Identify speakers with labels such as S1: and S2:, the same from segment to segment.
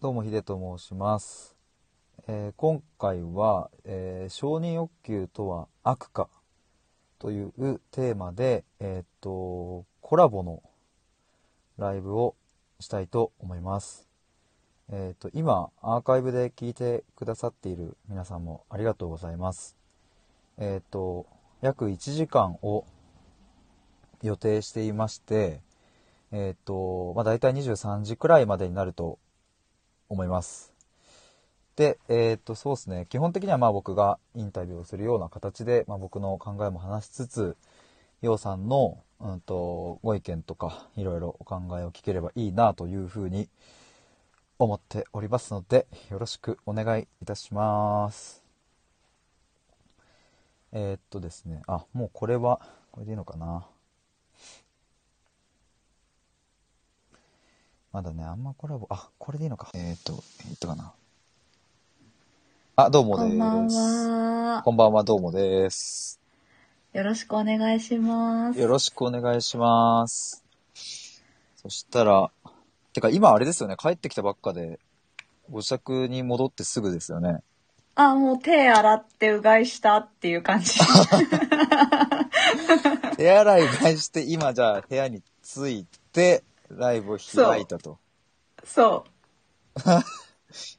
S1: どうもヒデと申します、えー今回は、えー承認欲求とは悪か」というテーマで、えーっとコラボのライブをしたいと思います。えーっと今アーカイブで聞いてくださっている皆さんもありがとうございます。えーっと約1時間を予定していまして、えーっとまあ、大体23時くらいまでになると思います。で、えーっと、そうですね。基本的にはまあ僕がインタビューをするような形で、まあ僕の考えも話しつつ、ようさんの、うんと、ご意見とか、いろいろお考えを聞ければいいなというふうに思っておりますので、よろしくお願いいたします。えーっとですね。あ、もうこれは、これでいいのかな。まだね、あんまコラボ、あ、これでいいのか。えーっと、いったかな。あ、どうも
S2: こ
S1: です。
S2: んばんは。
S1: こんばんは、どうもです。
S2: よろしくお願いします。
S1: よろしくお願いします。そしたら、てか今あれですよね、帰ってきたばっかで、ご自宅に戻ってすぐですよね。
S2: あ、もう手洗ってうがいしたっていう感 じ。
S1: 手洗い返して、今じゃあ部屋に着いて、ライブを開いたと。
S2: そ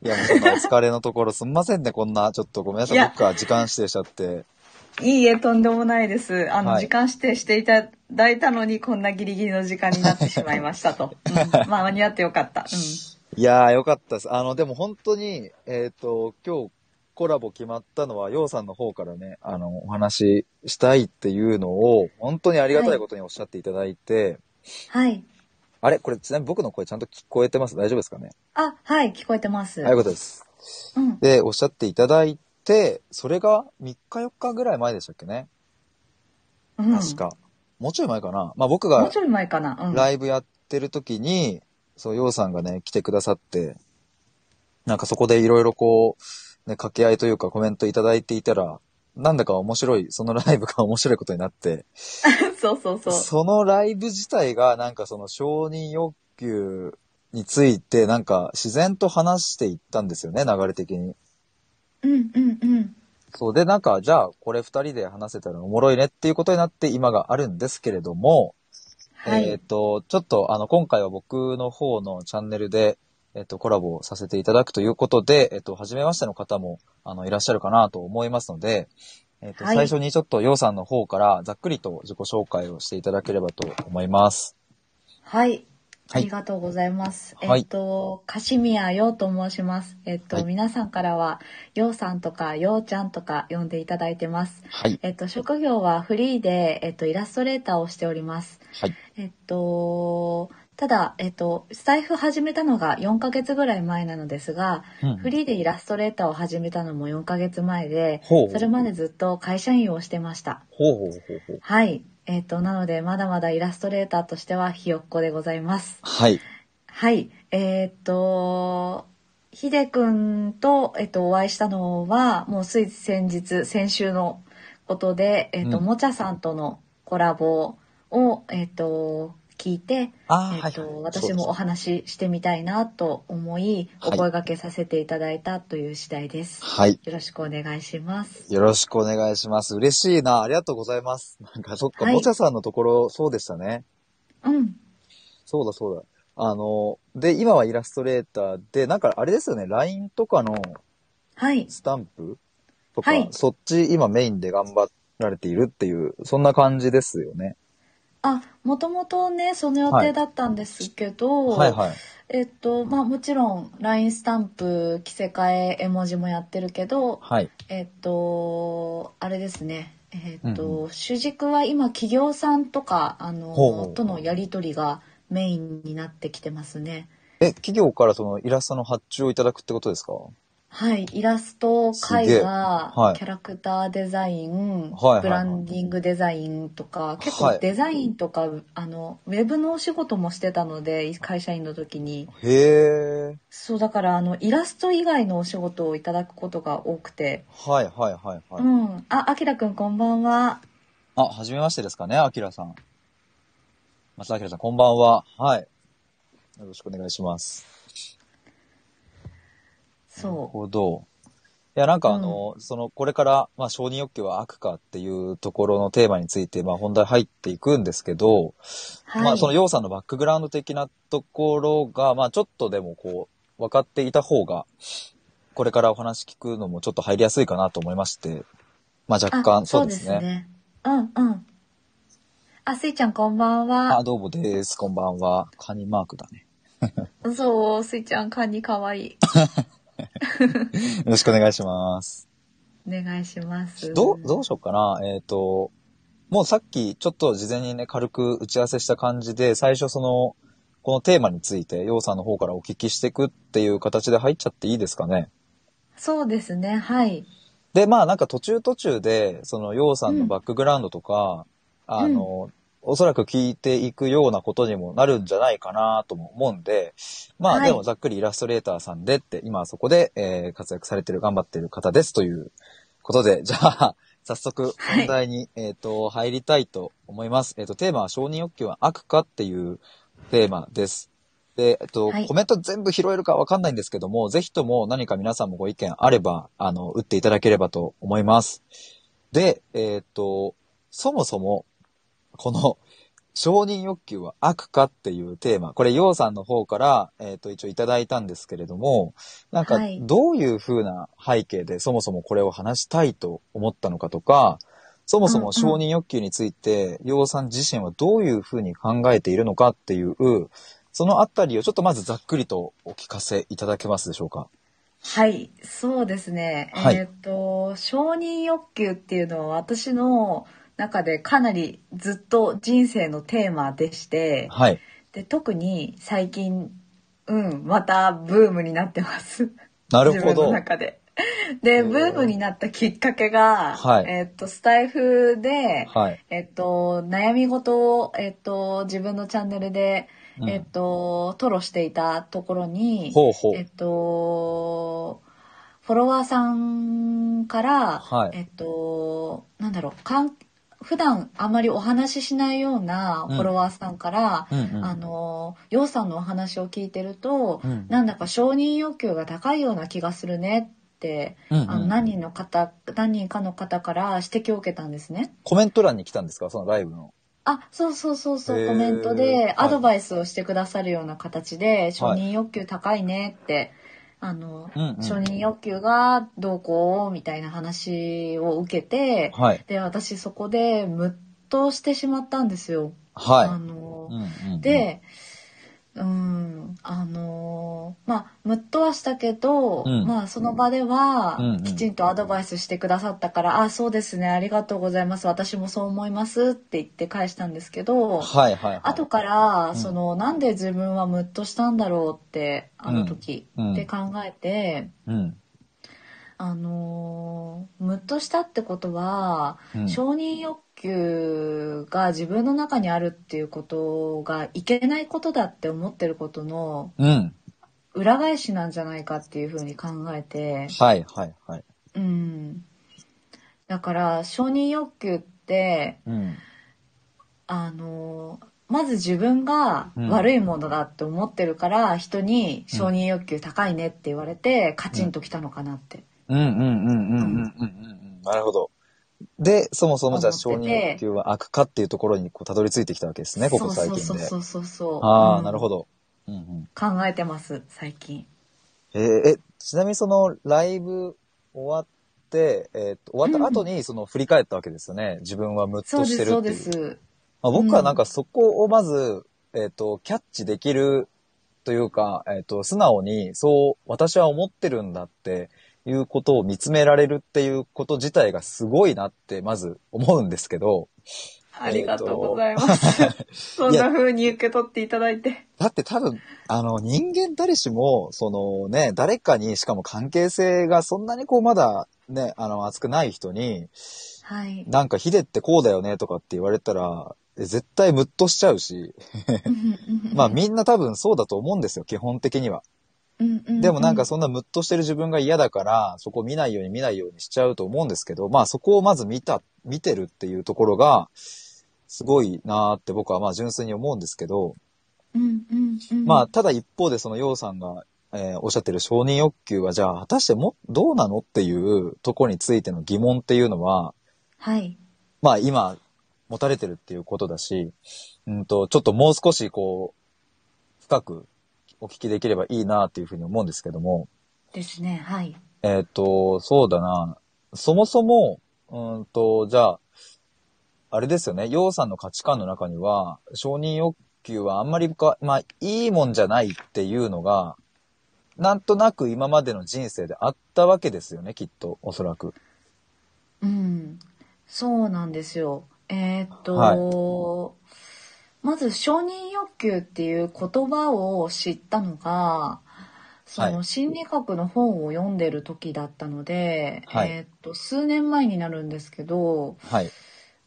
S1: いや、もうそんなお疲れのところすんませんね、こんな。ちょっとごめんなさい、
S2: いや
S1: 僕は時間指定しちゃって。
S2: う。いいえ、とんでもないです。あの、
S1: はい
S2: 時間指定していただいたのに、こんなギリギリの時間になってしまいました と。うん、まあ、間に合ってよかった。う
S1: いやー、よかったです。あの、でも本当に、えっ、と、今日コラボ決まったのは、ようさんの方からね、あの、お話ししたいっていうのを、本当にありがたいことにおっしゃっていただいて、
S2: ん。はい。
S1: あれこれちなみに僕の声ちゃんと聞こえてます大丈夫ですかね
S2: あ、はい、聞こえてます。
S1: はい、いうことです。
S2: うん。
S1: で、おっしゃっていただいて、それが3日4日ぐらい前でしたっけね
S2: うん、
S1: 確。か。もうちょい前かなまあ僕
S2: もう
S1: が
S2: ちょい前かな。うん。
S1: ライブやってる時に、そう、ようさんがね、来てくださって、なんかそこでいろいろこう、ね、掛け合いというかコメントいただいていたら、なんだか面白い、そのライブが面白いことになって、
S2: そうそうそう。
S1: そのライブ自体がなんかその承認欲求についてなんか自然と話していったんですよね、流れ的に。
S2: うんうんうん。
S1: そうで、なんかじゃあこれ二人で話せたらおもろいねっていうことになって今があるんですけれども、
S2: はい。
S1: えっ、と、ちょっとあの今回は僕の方のチャンネルで、えっと、コラボをさせていただくということで、えっと、初めましての方も、あの、いらっしゃるかなと思いますので、えっと、
S2: はい
S1: 最初にちょっと、ようさんの方から、ざっくりと自己紹介をしていただければと思います。
S2: はい。
S1: は
S2: あ
S1: い
S2: りがとうございます。
S1: はい
S2: えっと、カシミヤヨウと申します。えっと、
S1: はい
S2: 皆さんからは、ヨウさんとかヨウちゃんとか呼んでいただいてます。
S1: はい。
S2: えっと、職業はフリーで、えっと、イラストレーターをしております。
S1: はい。
S2: えっと、ただ、えっと、スタイフ始めたのが4ヶ月ぐらい前なのですが、フリーでイラストレーターを始めたのも4ヶ月前で、
S1: ほう
S2: それまでずっと会社員をしてました。
S1: ほうほうほうほう。
S2: はい。えっと、なので、まだまだイラストレーターとしてはひよっこでございます。
S1: はい。
S2: はい、えーっと、ひでくんと、えっと、お会いしたのは、もうつい先日、先週のことで、えっと、
S1: うん
S2: もちゃさんとのコラボを、えっと、聞いて、
S1: あ
S2: えっと、私もお話ししてみたいなと思い、
S1: はい
S2: お声掛けさせていただいたという次第です。
S1: はい。
S2: よろしくお願いします。
S1: よろしくお願いします。嬉しいな。ありがとうございます。なんか、そっか、
S2: はい
S1: もちゃさんのところ、そうでしたね。
S2: うん。
S1: そうだ、そうだ。あの、で、今はイラストレーターで、なんか、あれですよね、LINE とかの
S2: はい。
S1: スタンプとか、
S2: はい
S1: そっち今メインで頑張られているっていう、そんな感じですよね。
S2: あ、もともとね、その予定だったんですけど、
S1: はいはい。
S2: えっとまあもちろん LINE スタンプ着せ替え絵文字もやってるけど
S1: はい。
S2: えっとあれですねえっと、
S1: うん
S2: 主軸は今企業さんとかあの
S1: ほうほう
S2: とのやり取りがメインになってきてますね
S1: え、企業からそのイラストの発注をいただくってことですかは
S2: はいイラスト
S1: すげ
S2: 絵
S1: え
S2: 画、
S1: はい
S2: キャラクターデザイン、
S1: はいはい
S2: ブランディングデザインとか結
S1: はい
S2: 構デザインとか、あのウェブのお仕事もしてたので会社員の時に。
S1: へー。
S2: そうだからあのイラスト以外のお仕事をいただくことが多くて、
S1: はいはいはいはい。
S2: うんああきらくんこんばんは
S1: あ、はじめましてですかね、あきらさん。松田あきらさん、こんばんは。はい。よろしくお願いします。なる
S2: そ
S1: ほど。いや、なんかあの、その、これから、まあ、承認欲求は悪かっていうところのテーマについて、まあ、本題入っていくんですけど、
S2: う。はい。
S1: まあ、その、ようさんのバックグラウンド的なところが、まあ、ちょっとでもこう、分かっていた方が、これからお話聞くのもちょっと入りやすいかなと思いまして、まあ、若干、
S2: あ、
S1: そ
S2: そうう
S1: で
S2: ですす
S1: ね。
S2: ね。うんうん。あ、スイちゃんこんばんは
S1: あ、。どうもです。こんばんは。カニマークだね。
S2: そう、スイちゃんカニかわいい。
S1: よろしくお願いします。
S2: お願いします。
S1: どう、どうしようかな。えっ、と、もうさっきちょっと事前にね、軽く打ち合わせした感じで、最初その、このテーマについて、ようさんの方からお聞きしていくっていう形で入っちゃっていいですかね。
S2: そうですね、はい。
S1: で、まあなんか途中途中で、その、ようさんのバックグラウンドとか、あの、おそらく聞いていくようなことにもなるんじゃないかなとも思うんで、まあ
S2: はい
S1: でもざっくりイラストレーターさんでって、今そこで、えー活躍されてる、頑張ってる方ですということで、 じゃあ、早速
S2: は
S1: 本
S2: い
S1: 題に、えっ、と、入りたいと思います。えっ、と、テーマは承認欲求は悪かっていうテーマです。で、えっと、
S2: はい
S1: コメント全部拾えるかわかんないんですけども、ぜひとも何か皆さんもご意見あれば、あの、打っていただければと思います。で、えっと、そもそも、この、承認欲求は悪かっていうテーマ、これ、ようさんの方から、えっと、一応いただいたんですけれども、なんか
S2: はい、
S1: どういう風な背景でそもそもこれを話したいと思ったのかとか、そもそも承認欲求について、ようさん自身はどういう風に考えているのかっていう、そのあたりをちょっとまずざっくりとお聞かせいただけますでしょうか。
S2: はい、そうですね。
S1: はい
S2: えーっと、承認欲求っていうのは私の中でかなりずっと人生のテーマでして、
S1: はい。
S2: で特に最近、うん、またブームになってます。
S1: なるほ
S2: 自分の
S1: ど。
S2: 中で。
S1: へ
S2: で、
S1: ー
S2: ブームになったきっかけが、
S1: はい
S2: えーっと、スタイフで、
S1: はい。
S2: えっと、悩み事を、えっと、自分のチャンネルで、
S1: うん
S2: えっと、吐露していたところに、
S1: ほうほう
S2: えっと、フォロワーさんから、
S1: はい
S2: えっと、なんだろう、かん普段あまりお話ししないような
S1: うん
S2: フォロワーさんから、
S1: うんうん
S2: あの、ようさんのお話を聞いてると、
S1: うん
S2: なんだか承認欲求が高いような気がするねって、
S1: うんうん
S2: あの何人の方、何人かの方から指摘を受けたんですね。
S1: コメント欄に来たんですかそのライブの。
S2: あ、そうそうそうそ
S1: へー
S2: う、コメント
S1: は
S2: で
S1: い
S2: アドバイスをしてくださるような形で、承認欲求高いねって、あの、
S1: うんうん
S2: 承認欲求がどうこうみたいな話を受けて、
S1: はい。
S2: で、私そこでムッとしてしまったんですよ。あ
S1: は
S2: の
S1: い。、うんうんうん、
S2: で、うん、あのーまあムッとはしたけど、
S1: うん
S2: まあその場では
S1: うんうん
S2: きちんとアドバイスしてくださったから「あそうですねありがとうございます私もそう思います」って言って返したんですけど、
S1: はいはいはい。
S2: 後か
S1: ん
S2: らその、なんで自分はムッとしたんだろうってあの時、
S1: うんうん
S2: って考えて。
S1: うん。
S2: あのームッとしたってことは、
S1: うん
S2: 承認欲求が自分の中にあるっていうことがいけないことだって思ってることの
S1: うん。
S2: 裏返しなんじゃないかっていうふうに考えて、
S1: はいはいはい。
S2: うん、だから承認欲求って、
S1: うん。
S2: あのーまず自分が
S1: うん
S2: 悪いものだって思ってるから、人に承認欲求高いねって言われてカチンときたのかなって。
S1: うんうんうんうんうんうんうんうん。なるほど。で、そもそもじゃあ承
S2: 思っ
S1: 認
S2: てて
S1: 欲求は悪化っていうところにこうたどり着いてきたわけですね、ここ最近で。
S2: そうそうそうそうそう。
S1: ああ、
S2: うん
S1: なるほど。うんうん。
S2: 考えてます最近
S1: えーえ、ちなみにそのライブ終わって、えーっと終わった後にその振り返ったわけですよね。自分はムッ
S2: そう
S1: と
S2: で
S1: して
S2: す
S1: る
S2: そ
S1: っ
S2: う
S1: て
S2: で
S1: いう。
S2: す
S1: まあ、僕はなんかそこをまず、えーっと、キャッチできるというか、えーっと、素直にそう私は思ってるんだっていうことを見つめられるっていうこと自体がすごいなってまず思うんですけど、
S2: ありがとうございます、 そんな風に受け取っていただいて
S1: だって多分、あの、人間誰しも、そのね、誰かに、しかも関係性がそんなにこう、まだ、ね、あの、熱くない人に、
S2: はい
S1: なんかヒデってこうだよね、とかって言われたら、え絶対ムッとしちゃうし、まあみんな多分そうだと思うんですよ、基本的には。でもなんかそんなムッとしてる自分が嫌だから、そこ見ないように見ないようにしちゃうと思うんですけど、まあそこをまず見た、見てるっていうところが、すごいなーって僕はまあ純粋に思うんですけど、
S2: うんうんうんうん
S1: まあ、ただ一方で、その、ようさんが、えーおっしゃってる承認欲求はじゃあ果たしてもどうなのっていうとこについての疑問っていうのは
S2: はい。
S1: まあ今持たれてるっていうことだし、うん、とちょっともう少しこう深くお聞きできればいいなっていうふうに思うんですけども、
S2: ですね。はい。
S1: えっ、と、そうだな。そもそも、うーんと、じゃあ、あれですよね。洋さんの価値観の中には、承認欲求はあんまりか、まあ、いいもんじゃないっていうのが、なんとなく今までの人生であったわけですよね、きっと、おそらく。
S2: うん。そうなんですよ。えーっと、
S1: は
S2: まず承認欲求っていう言葉を知ったのが、そ
S1: は
S2: の心理学の本を読んでる時だったので、
S1: はい
S2: えーっと、数年前になるんですけど、
S1: はい。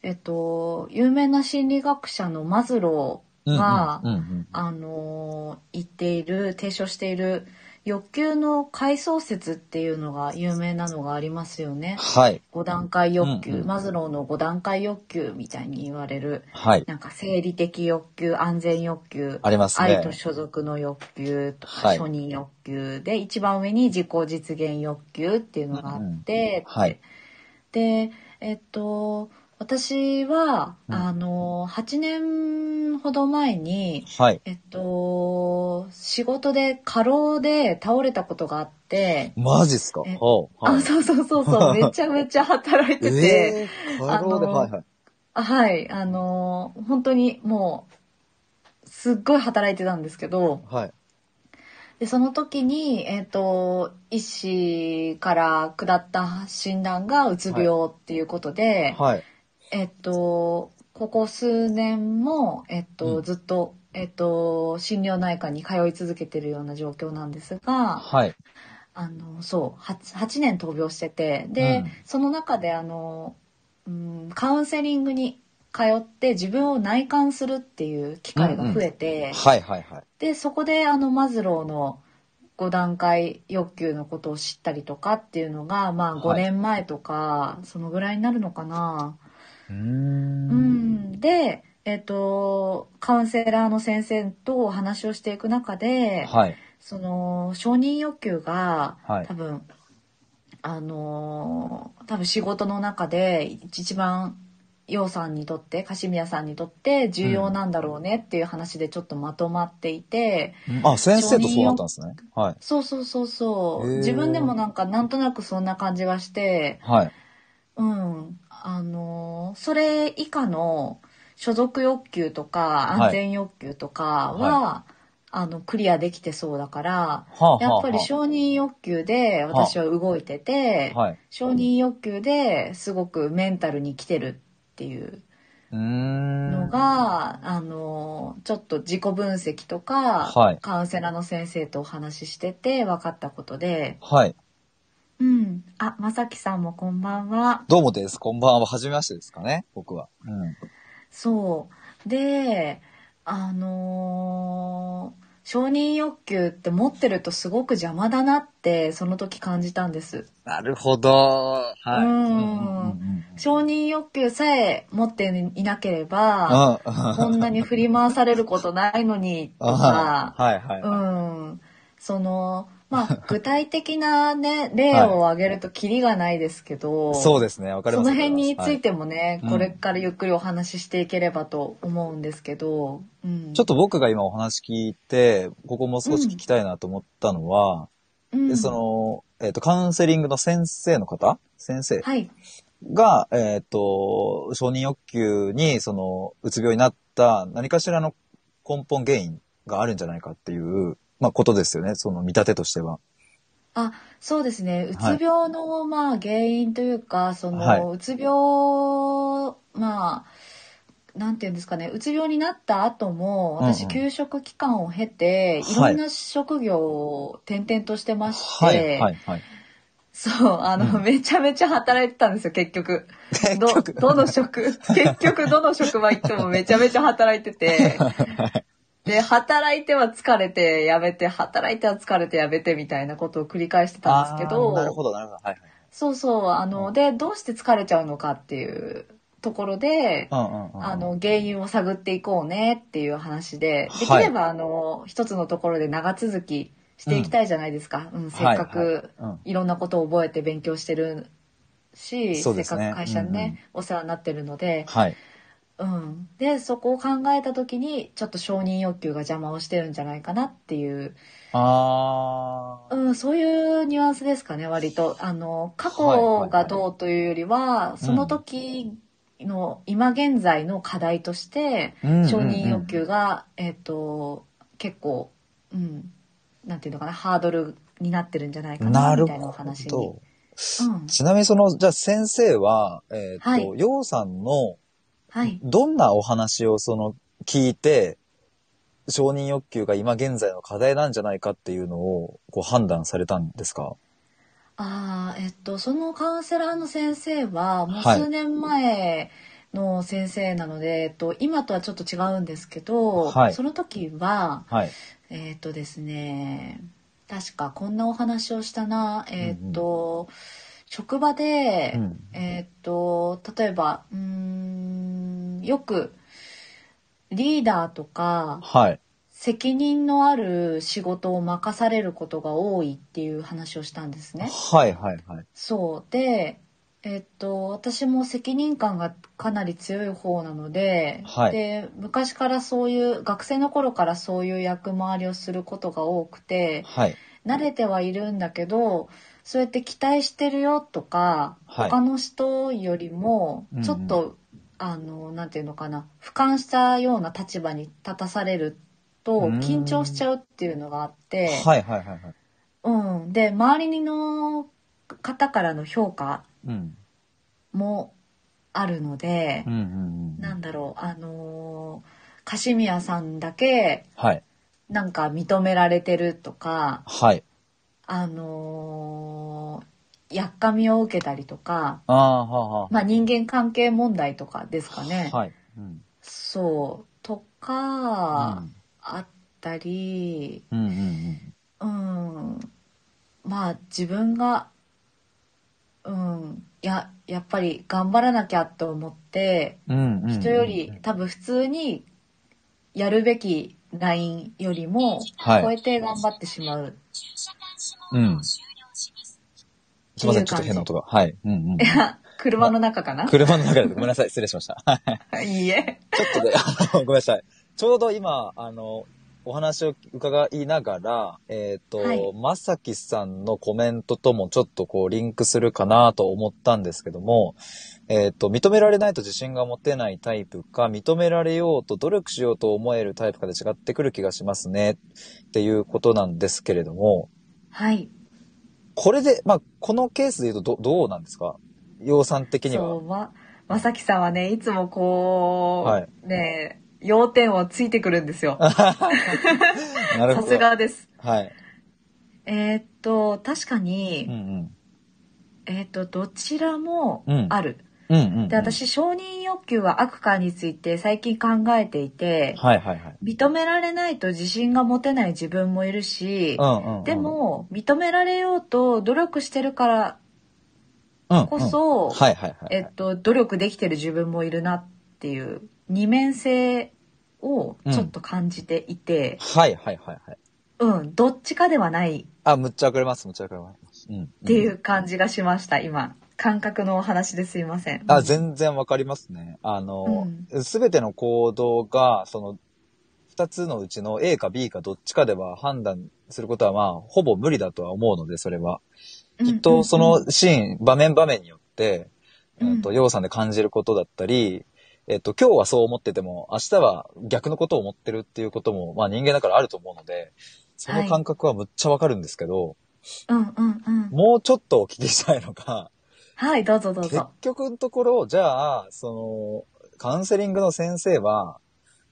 S2: えっと、有名な心理学者のマズロ
S1: うん
S2: ー
S1: うん
S2: が、
S1: うんうん
S2: あの言っている提唱している欲求の階層説っていうのが有名なのがありますよね。
S1: はい。
S2: 5段階欲求、
S1: うんうん
S2: マズローの5段階欲求みたいに言われる
S1: はい。
S2: なんか生理的欲求安全欲求
S1: ありますね
S2: 愛と所属の欲求とか、
S1: はい
S2: 承認欲求で一番上に自己実現欲求っていうのがあって、
S1: はい。
S2: でえっと私は、
S1: うん
S2: あの8年ほど前に、
S1: はい。
S2: えっと、仕事で過労で倒れたことがあって、
S1: マジっすか
S2: え
S1: ほうはい
S2: あ、そうそうそ うそう、めちゃめちゃ働いてて、
S1: えー、過労で、
S2: あの
S1: はいはい。
S2: あはい、あのー、本当にもう、すっごい働いてたんですけど、
S1: はい。
S2: でその時に、えっと、医師から下った診断がうつ病っていうことで、
S1: はい。
S2: えっと、ここ数年も、えっと、
S1: うん
S2: ずっと、えっと、心療内科に通い続けてるような状況なんですが、
S1: はい。
S2: あのそう 8, 8年闘病しててで、
S1: うん
S2: その中であの、うん、カウンセリングに通って自分を内観するっていう機会が増えて、
S1: はいはいはい。
S2: でそこであのマズローの5段階欲求のことを知ったりとかっていうのが、まあ、
S1: はい
S2: 5年前とか、そのぐらいになるのかな。
S1: うー。
S2: うんん、で、えっとカウンセラーの先生とお話をしていく中で、
S1: はい。
S2: その承認欲求が、
S1: はい
S2: 多分あのー多分仕事の中で一番陽さんにとってカシミヤさんにとって重要なんだろうねっていう話でちょっとまとまっていて、
S1: あ、先生とそうだったんですね。はい。
S2: そうそうそうそ
S1: へー
S2: う自分でもなんかなんとなくそんな感じはして
S1: はい。
S2: うんあのーそれ以下の所属欲求とか
S1: はい
S2: 安全欲求とかは、あのクリアできてそうだから、
S1: はあ、はあ、
S2: やっぱり承認欲求で私は動いてて、
S1: はい。
S2: 承認欲求ですごくメンタルに来てるっていう
S1: うーん。
S2: のが、あのちょっと自己分析とか、
S1: はい
S2: カウンセラーの先生とお話ししてて分かったことで、
S1: はい。
S2: うん、あまさきさんもこんばんは。
S1: どうもです。こんばんは。はじめましてですかね。僕は。うん。
S2: そうであのー承認欲求って持ってるとすごく邪魔だなってその時感じたんです。
S1: なるほど。はい。う
S2: う
S1: んんうん。
S2: 承認欲求さえ持っていなければ、こ
S1: は
S2: んなに振り回されることないのに、とか、
S1: はいはいうはい。
S2: ん。その、まあ、具体的なね、 例を挙げるとキリがないですけど、
S1: そうですね。わかり
S2: そ
S1: ます。
S2: の辺につ
S1: はい
S2: てもね、
S1: うん
S2: これからゆっくりお話ししていければと思うんですけど、うん。
S1: ちょっと僕が今お話聞いて、ここもう少し聞きたいなと思ったのは、
S2: うん、
S1: その、えっ、と、カウンセリングの先生の方先生
S2: はい。
S1: が、えっ、と、承認欲求に、その、うつ病になった何かしらの根本原因があるんじゃないかっていう、まあ、ことですよね。その見立てとしては。
S2: あ、そうですね。う
S1: はい
S2: つ病の、まあ、原因というか、その、
S1: はいう
S2: つ病、まあ、なんていうんですかね、うつ病になった後も、
S1: う
S2: 私、
S1: んうん
S2: 休職期間を経て、い
S1: は
S2: ろ
S1: い
S2: んな職業を転々としてまして、
S1: はい、はい、はい。
S2: そう、あの、
S1: うん
S2: めちゃめちゃ働いてたんですよ、結局。
S1: 結
S2: ど、
S1: 局、
S2: どの職、 結局どの職場行ってもめちゃめちゃ働い てて、で、働いては疲れて、やめて、働いては疲れて、やめて、みたいなことを繰り返してたんですけ
S1: あーなるほど、なるほど。はい、
S2: そうそう、あの、で、どうして疲れちゃうのかっていうところで、
S1: はい。うんうんうん。
S2: あ、の、原因を探っていこうねっていう話で、でき
S1: はい
S2: れば、あの、一つのところで長続きしていきたいじゃないですか、うんせっかく
S1: はいはいうん
S2: いろんなことを覚えて勉強してるし、
S1: そう
S2: せ
S1: で
S2: っ
S1: す
S2: か
S1: ね
S2: く会社にね、お世話になってるので、
S1: はい。
S2: うん、でそこを考えた時にちょっと承認欲求が邪魔をしてるんじゃないかなっていう、
S1: あー。
S2: うん、そういうニュアンスですかね割とあの過
S1: はいはいは
S2: 去
S1: い
S2: がどうというよりは、その時の今現在の課題として
S1: うんうんうん
S2: 承認欲求が、えっ、と結構、うん、なんていうのかなハードルになってるんじゃないか
S1: な
S2: な
S1: る
S2: みたいなお話に。
S1: ほど。
S2: うん
S1: ちなみにその、じゃあ先生は、えっ、と、
S2: はい
S1: ようさんの
S2: はい、
S1: どんなお話をその聞いて、承認欲求が今現在の課題なんじゃないかっていうのをこう判断されたんですか
S2: ああ、えっと、そのカウンセラーの先生は、もう
S1: はい
S2: 数年前の先生なので、えっと、今とはちょっと違うんですけど、
S1: はい
S2: その時は、
S1: はい。
S2: えっとですね、確かこんなお話をしたな、えっと、職場で、
S1: うん
S2: えっと、例えば、うーん、よく、リーダーとか、
S1: はい。
S2: 責任のある仕事を任されることが多いっていう話をしたんですね。
S1: はいはいはい。
S2: そうで、えっと、私も責任感がかなり強い方なので、
S1: はい
S2: で昔からそういう学生の頃からそういう役回りをすることが多くて
S1: はい。
S2: 慣れてはいるんだけどそうやって期待してるよとか、
S1: はい
S2: 他の人よりも
S1: うんうん
S2: ちょっと、あのなんていうのかな俯瞰したような立場に立たされると
S1: うん
S2: 緊張しちゃうっていうのがあって。
S1: はいはいはいはい。
S2: うん、で周りの方からの評価
S1: うん。
S2: もあるので
S1: う、んうんうん。
S2: なんだろうあのーカシミヤさんだけ
S1: はい。
S2: なんか認められてるとか
S1: はい。
S2: あのーやっかみを受けたりとか、
S1: ああ、はあはあ。
S2: まあ、人間関係問題とかですかね。
S1: はい。うん。
S2: そうとか、あったり
S1: うんうんうん。
S2: うんまあ自分がうんややっぱり頑張らなきゃと思って
S1: うんうん。
S2: 人より多分普通にやるべきラインよりも
S1: はい
S2: 超えて頑張ってしまう、
S1: うん。すみません、ちょっと変な音が。はい。うんうん。
S2: 車の中かな、
S1: 車の中でごめんなさい、失礼しました。はい
S2: いいえ
S1: ちょっとで、 あのごめんなさい。ちょうど今、あの、お話を伺いながら、えっ、
S2: はい
S1: と、まさきさんのコメントともちょっとこうリンクするかなと思ったんですけども、えっ、と、認められないと自信が持てないタイプか、認められようと努力しようと思えるタイプかで違ってくる気がしますね、っていうことなんですけれども、
S2: はい
S1: これで、まあ、このケースで言うとど、どうなんですか洋さん的に
S2: そ
S1: は。
S2: うままさきさんはねいつもこう、
S1: はい
S2: ね要点をついてくるんですよ
S1: なる
S2: さ
S1: ほど。
S2: すがです
S1: はい。
S2: えーっと確かに、
S1: うんうん。
S2: えっとどちらも
S1: うん
S2: ある、
S1: うんうん、うん。
S2: で私承認欲求は悪かについて最近考えていて、
S1: はいはいはい。
S2: 認められないと自信が持てない自分もいるし、
S1: うんうんうん
S2: で、も認められようと努力してるから
S1: うんうん
S2: こそ、
S1: はいはいはい。
S2: えっと努力できてる自分もいるなっていう二面性をちょっと感じていて、
S1: はいはいはいはい。
S2: うんどっちかではない
S1: あ、むっちゃくれます、むっちゃくれます。うん。っ
S2: っていう。感じがしました今感覚のお話ですいません。
S1: あ、全然わかりますね。あの、すべ、ての行動が、その、二つのうちの A か B かどっちかでは判断することはまあ、ほぼ無理だとは思うので、それは。きっとそのシーン、場面場面によって、
S2: うん
S1: うんと、ようさんで感じることだったり、えっと、今日はそう思ってても、明日は逆のことを思ってるっていうことも、まあ人間だからあると思うので、その感覚はむっちゃわかるんですけど、
S2: うんうんうんうん
S1: もうちょっとお聞きしたいのが、
S2: はい、どうぞどう
S1: 結
S2: ぞ。
S1: 局のところ、じゃあ、その、カウンセリングの先生は、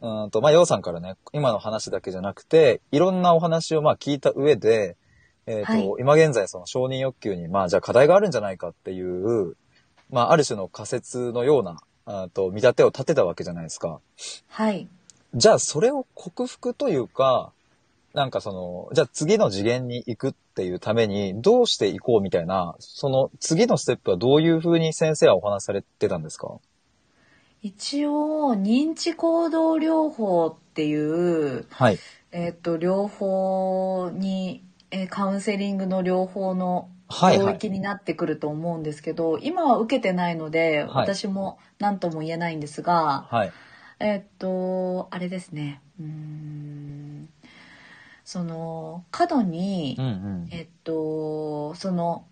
S1: うんと、まあ、ようさんからね、今の話だけじゃなくて、いろんなお話をまあ聞いた上で、えっ、と、
S2: はい
S1: 今現在その承認欲求に、まあ、じゃあ課題があるんじゃないかっていう、まあ、ある種の仮説のような、あーと、見立てを立てたわけじゃないですか。
S2: はい。
S1: じゃあ、それを克服というか、なんかその、じゃあ次の次元に行くっていうためにどうしていこうみたいな、その次のステップはどういうふうに先生はお話しされてたんですか
S2: 一応、認知行動療法っていう、
S1: はい。
S2: えっ、と、療法にえーカウンセリングの両方の
S1: はい
S2: 領
S1: は
S2: 域
S1: い。
S2: になってくると思うんですけど、今は受けてないので、
S1: はい
S2: 私も何とも言えないんですが、
S1: はい。
S2: えーっと、あれですね。うーん。その、過度に、
S1: うんうん。
S2: えーっと、その、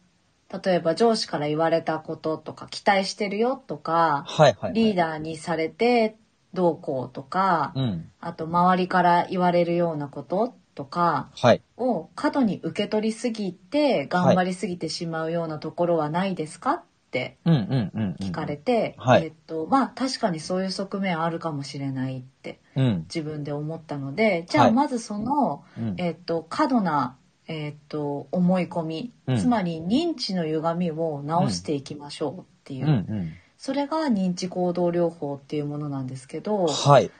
S2: 例えば上司から言われたこととか、期待してるよとか、
S1: はいはいはい。
S2: リーダーにされてどうこうとか、
S1: うん。
S2: あと周りから言われるようなこととか
S1: はい。
S2: を過度に受け取りすぎて、頑張りすぎてしまうようなところはないですかって
S1: うんうんうんうん。
S2: 聞かれて、
S1: うんはい
S2: えーっと、まあ確かにそういう側面あるかもしれないって。
S1: うん。
S2: 自分で思ったのでじゃ
S1: は
S2: あ
S1: い
S2: まずその、
S1: うん。
S2: えっと過度な、えっと思い込み、
S1: うん
S2: つまり認知の歪みを直していきましょうってい
S1: う
S2: う、
S1: んうん。
S2: それが認知行動療法っていうものなんですけど、
S1: はい。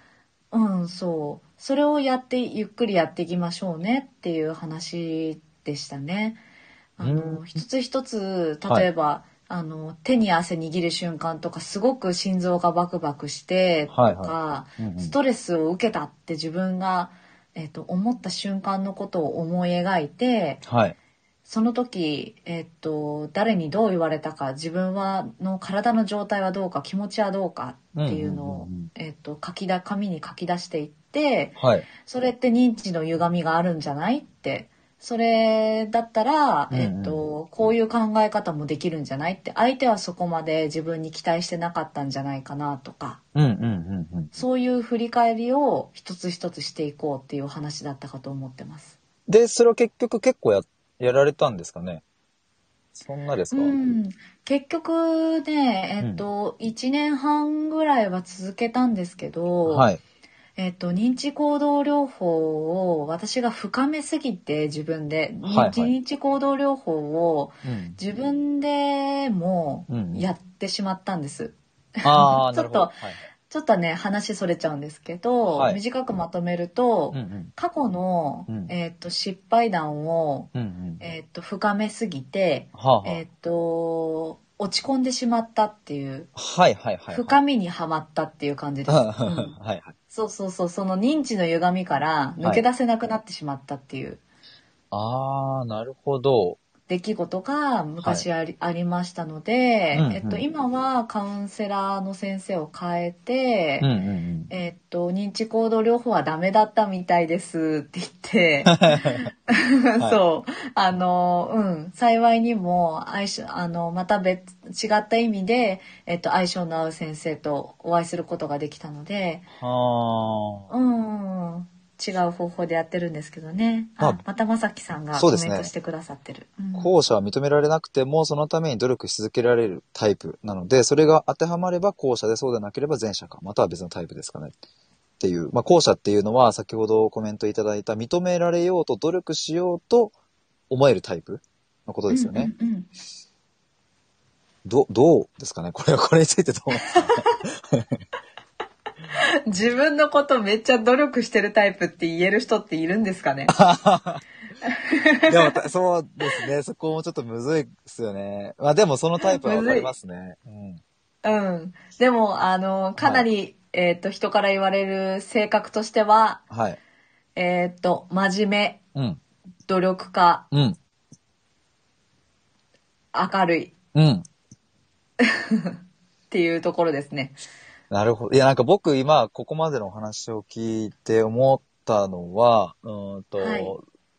S2: うん、そうそれをやってゆっくりやっていきましょうねっていう話でしたね。あの、
S1: うん
S2: 一つ一つ
S1: はい
S2: 例えば、あの手に汗握る瞬間とかすごく心臓がバクバクしてとか、
S1: はいはうんうん
S2: ストレスを受けたって自分が、えっと思った瞬間のことを思い描いて
S1: はい。
S2: その時、えっと誰にどう言われたか自分はの体の状態はどうか気持ちはどうかっていうの
S1: う
S2: を
S1: んうんうんうん、
S2: えっと書きだ紙に書き出していって
S1: はい。
S2: それって認知の歪みがあるんじゃないってそれだったら、
S1: うんうん
S2: えっとこういう考え方もできるんじゃないって相手はそこまで自分に期待してなかったんじゃないかなとか。
S1: うんうんうんうん。
S2: そういう振り返りを一つ一つしていこうっていう話だったかと思ってます。
S1: で、それは結局結構や、やられたんですかねそんなです
S2: う
S1: か
S2: ん、結局ね、えっと、1年半ぐらいは続けたんですけど、
S1: はい。
S2: えっと、認知行動療法を私が深めすぎて自分で、
S1: はいはい
S2: 認知行動療法を
S1: うん。
S2: 自分でも
S1: うん
S2: やってしまったんです。
S1: あ あ、
S2: ち
S1: な
S2: ょ
S1: る
S2: っ
S1: ほど。
S2: と
S1: はい。
S2: ちょっとね、話それちゃうんですけど、
S1: はい
S2: 短くまとめると、
S1: うんうん。
S2: 過去の、
S1: うん
S2: えっと失敗談を、
S1: うんうん。
S2: えっと深めすぎて、
S1: はあはあ
S2: えっと落ち込んでしまったっていう
S1: はいはいはいはい。
S2: 深みにはまったっていう感じです、うん
S1: はいはい。
S2: そうそうそうその認知の歪みから抜け出せなくなってしまったっていう
S1: ああ、なるほど。
S2: 出来事が昔あり,、ありましたので、
S1: うんうん
S2: えっと今はカウンセラーの先生を変えて、
S1: うんうんうん。
S2: えっと認知行動療法はダメだったみたいですって言って。
S1: はい
S2: そう。あの、うん。幸いにも、相性、あの、また別、違った意味で、えっと、相性の合う先生とお会いすることができたので、
S1: はあ。
S2: うん。違う方法でやってるんですけどね。あ、
S1: まあ
S2: またまさきさんが
S1: そう
S2: コ
S1: です
S2: メ
S1: ね
S2: ントしてくださってる。うん
S1: 後者は認められなくても、そのために努力し続けられるタイプなので、それが当てはまれば後者で、そうでなければ前者か、または別のタイプですかね。っていう。まあ、後者っていうのは、先ほどコメントいただいた、認められようと努力しようと思えるタイプのことですよね。
S2: うんうんうん
S1: ど、どうですかねこれは、これについてどう思い ますか
S2: 自分のことめっちゃ努力してるタイプって言える人っているんです かね
S1: でもた、そうですね。そこもちょっとむずいですよね。まあ、でもそのタイプはわかりますね。うん。
S2: うん。でも、あの、かなり、えっと、人から言われる性格としては、
S1: はい。
S2: えっと、真面目、
S1: うん。
S2: 努力家、
S1: うん。
S2: 明るいっ
S1: うん。
S2: ていうところですね。
S1: なるほど。いや、なんか僕今、ここまでのお話を聞いて思ったのは、うーんと、
S2: はい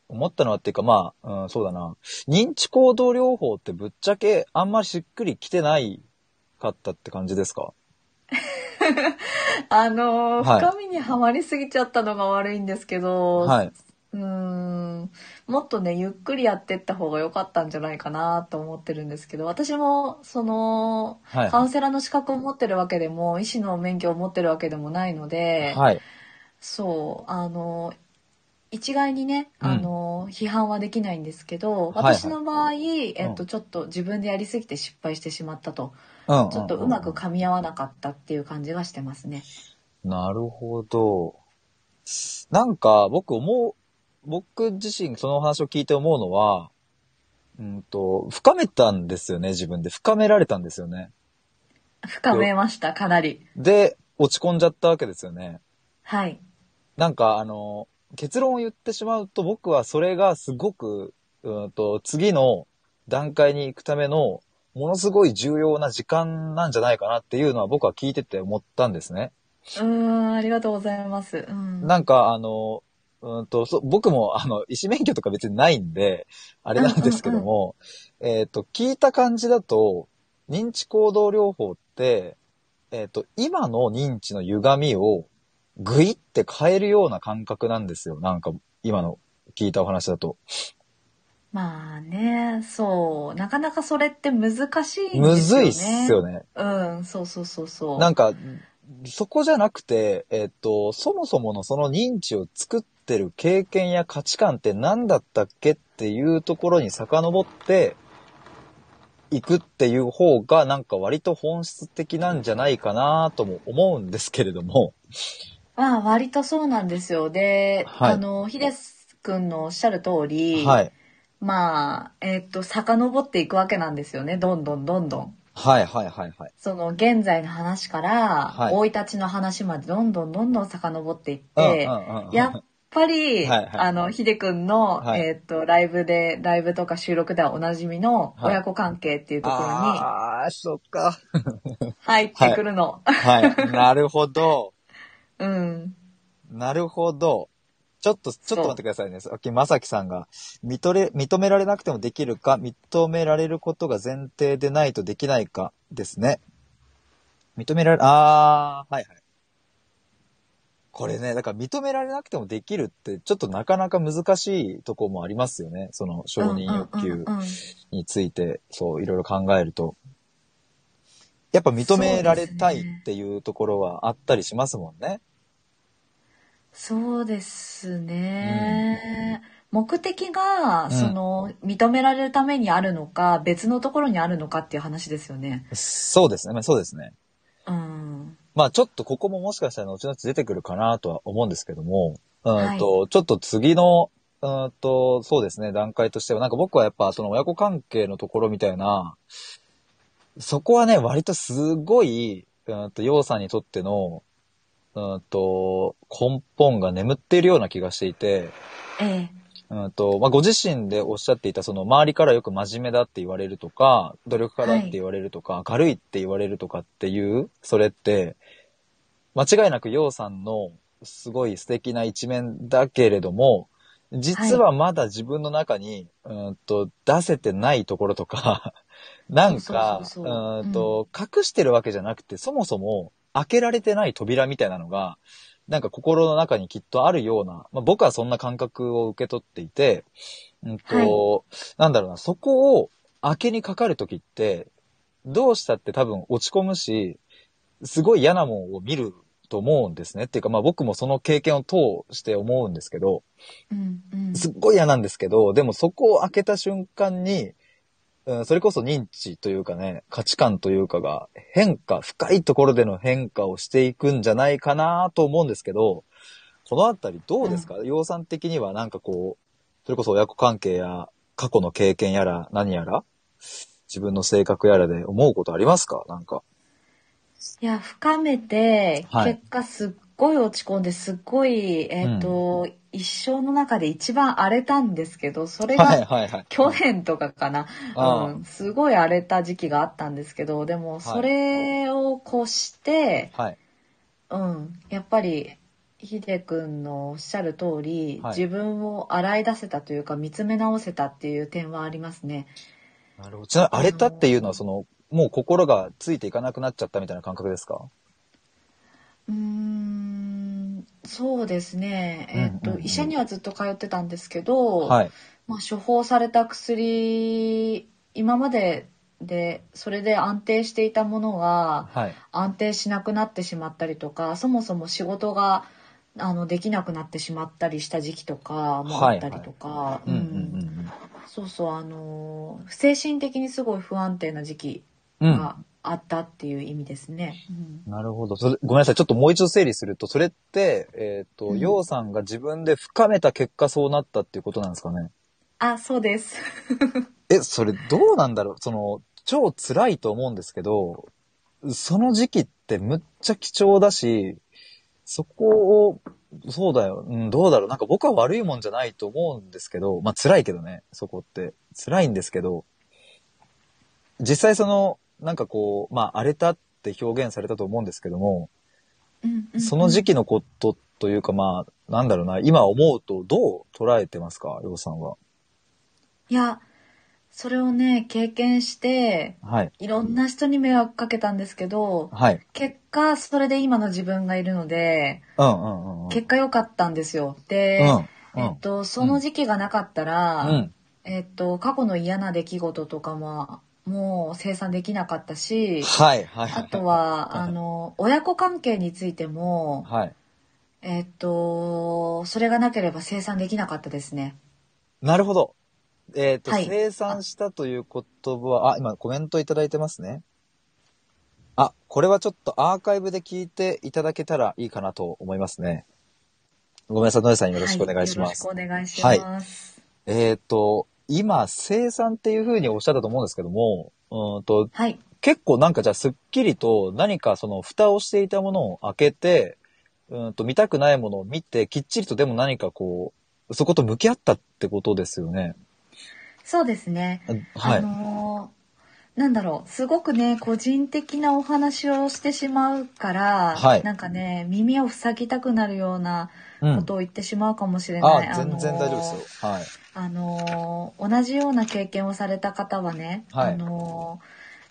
S1: 思ったのはっていうか、まあ、うん、そうだな。認知行動療法ってぶっちゃけあんまりしっくりきてないかったって感じですか
S2: あのー
S1: はい
S2: 深みにはまりすぎちゃったのが悪いんですけど、
S1: はい。
S2: うーん、もっとね、ゆっくりやってった方が良かったんじゃないかなと思ってるんですけど、私も、その、
S1: はい
S2: カウンセラーの資格を持ってるわけでも、医師の免許を持ってるわけでもないので、
S1: はい。
S2: そう、あのー一概にね、
S1: うん
S2: あのー批判はできないんですけど、
S1: はいはい
S2: 私の場合、えっと、ちょっと自分でやりすぎて失敗してしまったと。
S1: うんんんん
S2: ちょっとうまく噛み合わなかったっていう感じがしてますね。
S1: なるほど。なんか、僕思う、僕自身そのお話を聞いて思うのは、うんと、深めたんですよね、自分で。深められたんですよね。
S2: 深めました、かなり。
S1: で、落ち込んじゃったわけですよね。
S2: はい。
S1: なんか、あの、結論を言ってしまうと僕はそれがすごく、うんと、次の段階に行くためのものすごい重要な時間なんじゃないかなっていうのは僕は聞いてて思ったんですね。
S2: うーん、ありがとうございます。うん。
S1: なんかあの、うんと、そ僕もあの、医師免許とか別にないんで、あれなんですけども、えっと、聞いた感じだと、認知行動療法って、えっ、と、今の認知の歪みをグイって変えるような感覚なんですよ。なんか、今の聞いたお話だと。
S2: まあね、そう。なかなかそれって難しいん
S1: む
S2: です
S1: ず
S2: よね。
S1: いっすよね。
S2: うん、そうそうそうそう。
S1: なんか、そこじゃなくて、えっと、そもそものその認知を作ってる経験や価値観って何だったっけっていうところに遡っていくっていう方がなんか割と本質的なんじゃないかなとも思うんですけれども。
S2: まあ割とそうなんですよ。で、
S1: はい
S2: あの、ヒデス君のおっしゃる通り、
S1: はい。
S2: まあ、えっと、遡っていくわけなんですよね。どんどんどんどん。
S1: はいはいはいはい。
S2: その現在の話から、
S1: はい
S2: 生い立ちの話までどんどんどんどん遡っていっ
S1: うん
S2: て、
S1: うんうんうん
S2: やっぱり、
S1: はいはい
S2: あの、ヒデ君の、
S1: はい
S2: えっと、ライブで、ライブとか収録ではおなじみの
S1: はい
S2: 親子関係っていうところに
S1: ああ、そっか。
S2: 入ってくるの。
S1: はい。なるほど。
S2: うん。
S1: なるほど。ちょっと、ちょっと待ってくださいね。さっき、まさきさんが、認れ、認められなくてもできるか、認められることが前提でないとできないかですね。認められ、あー、はいはい。これね、だから認められなくてもできるって、ちょっとなかなか難しいとこもありますよね。その承認欲求
S2: うんうんうんうん
S1: について、そう、いろいろ考えると。やっぱ認められたいっていうところはあったりしますもんね。
S2: そうですね。目的が、その、認められるためにあるのか、別のところにあるのかっていう話ですよね。
S1: そうですね。まあそうですね。
S2: うん。
S1: まあちょっとここももしかしたら後々出てくるかなとは思うんですけども、うんと、
S2: は
S1: ちょっと次の、うんと、そうですね、段階としては、なんか僕はやっぱその親子関係のところみたいな、そこはね、割とすごい、うんと、洋さんにとっての、うんと、根本が眠っているような気がしていて、
S2: ええ。
S1: うんとまあ、ご自身でおっしゃっていたその周りからよく真面目だって言われるとか努力家だって言われるとか、明るいって言われるとかっていうそれって間違いなく陽さんのすごい素敵な一面だけれども実はまだ自分の中に、うんと出せてないところとか なんか
S2: そうそうそうそう
S1: うんと隠してるわけじゃなくてそもそも開けられてない扉みたいなのがなんか心の中にきっとあるような、まあ、僕はそんな感覚を受け取っていて、うんとなんだろうな、そこを明けにかかるときって、どうしたって多分落ち込むし、すごい嫌なもんを見ると思うんですね。っていうか、まあ僕もその経験を通して思うんですけど、
S2: うんうん。
S1: すっごい嫌なんですけど、でもそこを開けた瞬間に、うん、それこそ認知というかね、価値観というかが変化、深いところでの変化をしていくんじゃないかなと思うんですけど、このあたりどうですか、洋さん的にはなんかこう、それこそ親子関係や過去の経験やら何やら、自分の性格やらで思うことありますかなんか。
S2: いや、深めて、
S1: はい
S2: 結果すっごい落ち込んで、すっごい、えっ、と、一生の中で一番荒れたんですけど、それ
S1: はい
S2: が
S1: はいはい。
S2: 去年とかかな。
S1: ああ
S2: うん、すごい荒れた時期があったんですけど、でも、それを越して、
S1: はい。
S2: うん、やっぱり、ヒデ君のおっしゃる通り、
S1: はい
S2: 自分を洗い出せたというか、見つめ直せたっていう点はありますね。
S1: なるほど。ちなみに荒れたっていうのはその、もう心がついていかなくなっちゃったみたいな感覚ですか
S2: うーん、そうですね。えっ、と、
S1: うんうんうん
S2: 医者にはずっと通ってたんですけど、
S1: はい。
S2: まあ、処方された薬、今までで、それで安定していたものが、
S1: はい。
S2: 安定しなくなってしまったりとかそもそも仕事があのできなくなってしまったりした時期とかもあったりとか
S1: うんうん
S2: うんそうそうあのー精神的にすごい不安定な時期
S1: うんうん。
S2: があったっていう意味ですね。うん
S1: なるほど。それ、ごめんなさい。ちょっともう一度整理すると、それって、えっ、
S2: う
S1: と、
S2: ん
S1: ようさんが自分で深めた結果そうなったっていうことなんですかね。
S2: あそうです。
S1: え、それどうなんだろうその、超辛いと思うんですけど、その時期ってむっちゃ貴重だし、そこを、そうだよ、うん、どうだろう、なんか僕は悪いもんじゃないと思うんですけど、まあ辛いけどね、そこって。辛いんですけど、実際その、なんかこう、まあ荒れたって表現されたと思うんですけども、
S2: うんうん
S1: その時期のことというかまあ、なんだろうな、今思うとどう捉えてますか、りょうさんは。
S2: いやそれをね経験して
S1: はい。
S2: いろんな人に迷惑かけたんですけど
S1: はい。
S2: 結果それで今の自分がいるので
S1: うんうんうんうん。
S2: 結果良かったんですよで、
S1: うん。う
S2: え
S1: ん
S2: っ。と、その時期がなかったら、
S1: うん。
S2: えっと、過去の嫌な出来事とかも、もう清算できなかった し、
S1: はい、はい。
S2: あと
S1: は
S2: は、
S1: い
S2: あの、親子関係についても、
S1: はい。
S2: えっと、それがなければ清算できなかったですね。
S1: なるほど。えっ、と、
S2: はい
S1: 生産したという言葉は、あ、今コメントいただいてますね。あ、これはちょっとアーカイブで聞いていただけたらいいかなと思いますね。ごめんなさい、のりさんよろしくお願いします。
S2: はい、よろしくお願いします。
S1: えっ、と、今、生産っていうふうにおっしゃったと思うんですけども、うーんと、
S2: はい。
S1: 結構なんかじゃあすっきりと何かその蓋をしていたものを開けて、うーんと見たくないものを見て、きっちりとでも何かこう、そこと向き合ったってことですよね。
S2: そうですね。
S1: あはい。
S2: あのーなんだろうすごくね個人的なお話をしてしまうから、
S1: はい
S2: なんかね耳を塞ぎたくなるような
S1: うん
S2: ことを言ってしまうかもし
S1: あ
S2: れない、
S1: 全然大丈夫ですよ。はい。
S2: あのー同じような経験をされた方はね、
S1: はい
S2: あの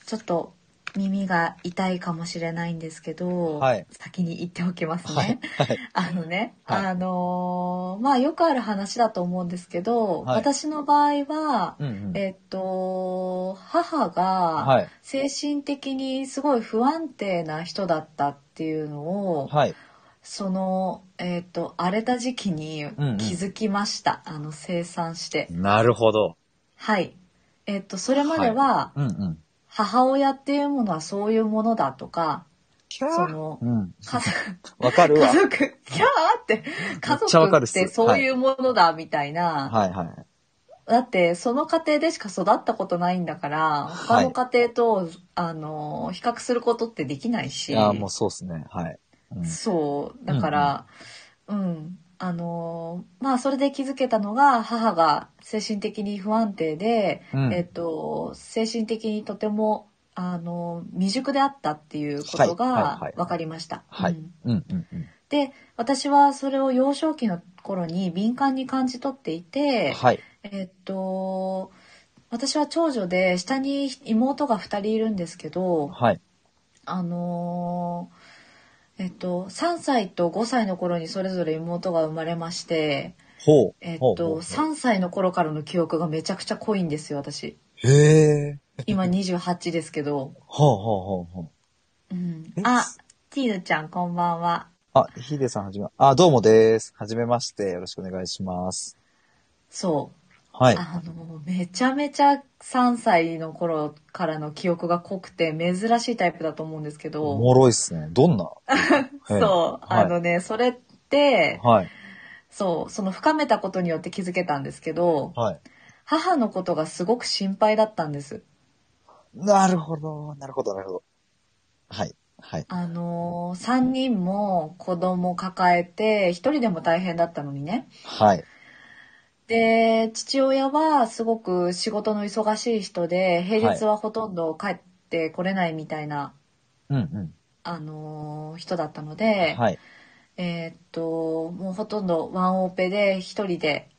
S2: ーちょっと耳が痛いかもしれないんですけど、
S1: はい
S2: 先に言っておきますね。
S1: はい。はい。
S2: あのね、
S1: はい
S2: あのーまあよくある話だと思うんですけど、
S1: はい
S2: 私の場合は、
S1: うんうん。
S2: えっと、
S1: は
S2: 母が
S1: い。
S2: 精神的にすごい不安定な人だったっていうのを、
S1: はい。
S2: その、えっと、荒れた時期に
S1: んうん
S2: 気づきました。あの、生産して。
S1: なるほど。
S2: はい。えっと、それまでは、
S1: うんうん。
S2: 母親っていうものはそういうものだとか、
S1: キ
S2: その
S1: う、ん。
S2: 家族
S1: わかるわ。
S2: 家族、キャーって、家
S1: っちゃわかる
S2: 族
S1: っす
S2: ってそういうものだ、みたいな。
S1: はいはい。
S2: だって、その家庭でしか育ったことないんだから、
S1: は
S2: 他
S1: い
S2: の家庭と、あの、比較することってできない
S1: い
S2: し、
S1: や、もうそうっすね。はい。うん
S2: そう、だから、うん、あの、まあ、それで気づけたのが、母が精神的に不安定で、
S1: うん
S2: えっと、精神的にとても、あの、未熟であったっていうこと
S1: はいはいは
S2: が
S1: い
S2: 分かりました。
S1: はい
S2: うん
S1: うんうんう
S2: で私はそれを幼少期の頃に敏感に感じ取っていて、
S1: ん。はい。
S2: えっと私は長女で下に妹が2人いるんですけど
S1: はい。
S2: あのーえっと3歳と5歳の頃にそれぞれ妹が生まれまして
S1: ほう。
S2: えっ
S1: ほうほう
S2: と3歳の頃からの記憶がめちゃくちゃ濃いんですよ私
S1: へえ。
S2: 今28ですけど、
S1: ほうほうほうほう。
S2: うん
S1: え、
S2: あティーヌちゃんこんばんは
S1: あ、ヒデさんはじめ、あ、どうもです。はじめまして。よろしくお願いします。
S2: そう
S1: はい。
S2: あのめちゃめちゃ3歳の頃からの記憶が濃くて珍しいタイプだと思うんですけ
S1: お
S2: ど
S1: もろいっすね。どんな
S2: そう
S1: はい
S2: あのね、それって
S1: はい。
S2: そうその深めたことによって気づけたんですけど
S1: はい。
S2: 母のことがすごく心配だったんです。
S1: なるほど。なるほど、なるほど。はい。はい。
S2: あの3人も子供抱えて1人でも大変だったのにね。
S1: はい。
S2: で父親はすごく仕事の忙しい人で平日はほとんど帰ってこれないみたいな。
S1: うんうん。
S2: あのー人だったので、
S1: はい。
S2: えーっともうほとんどワンオペで一人で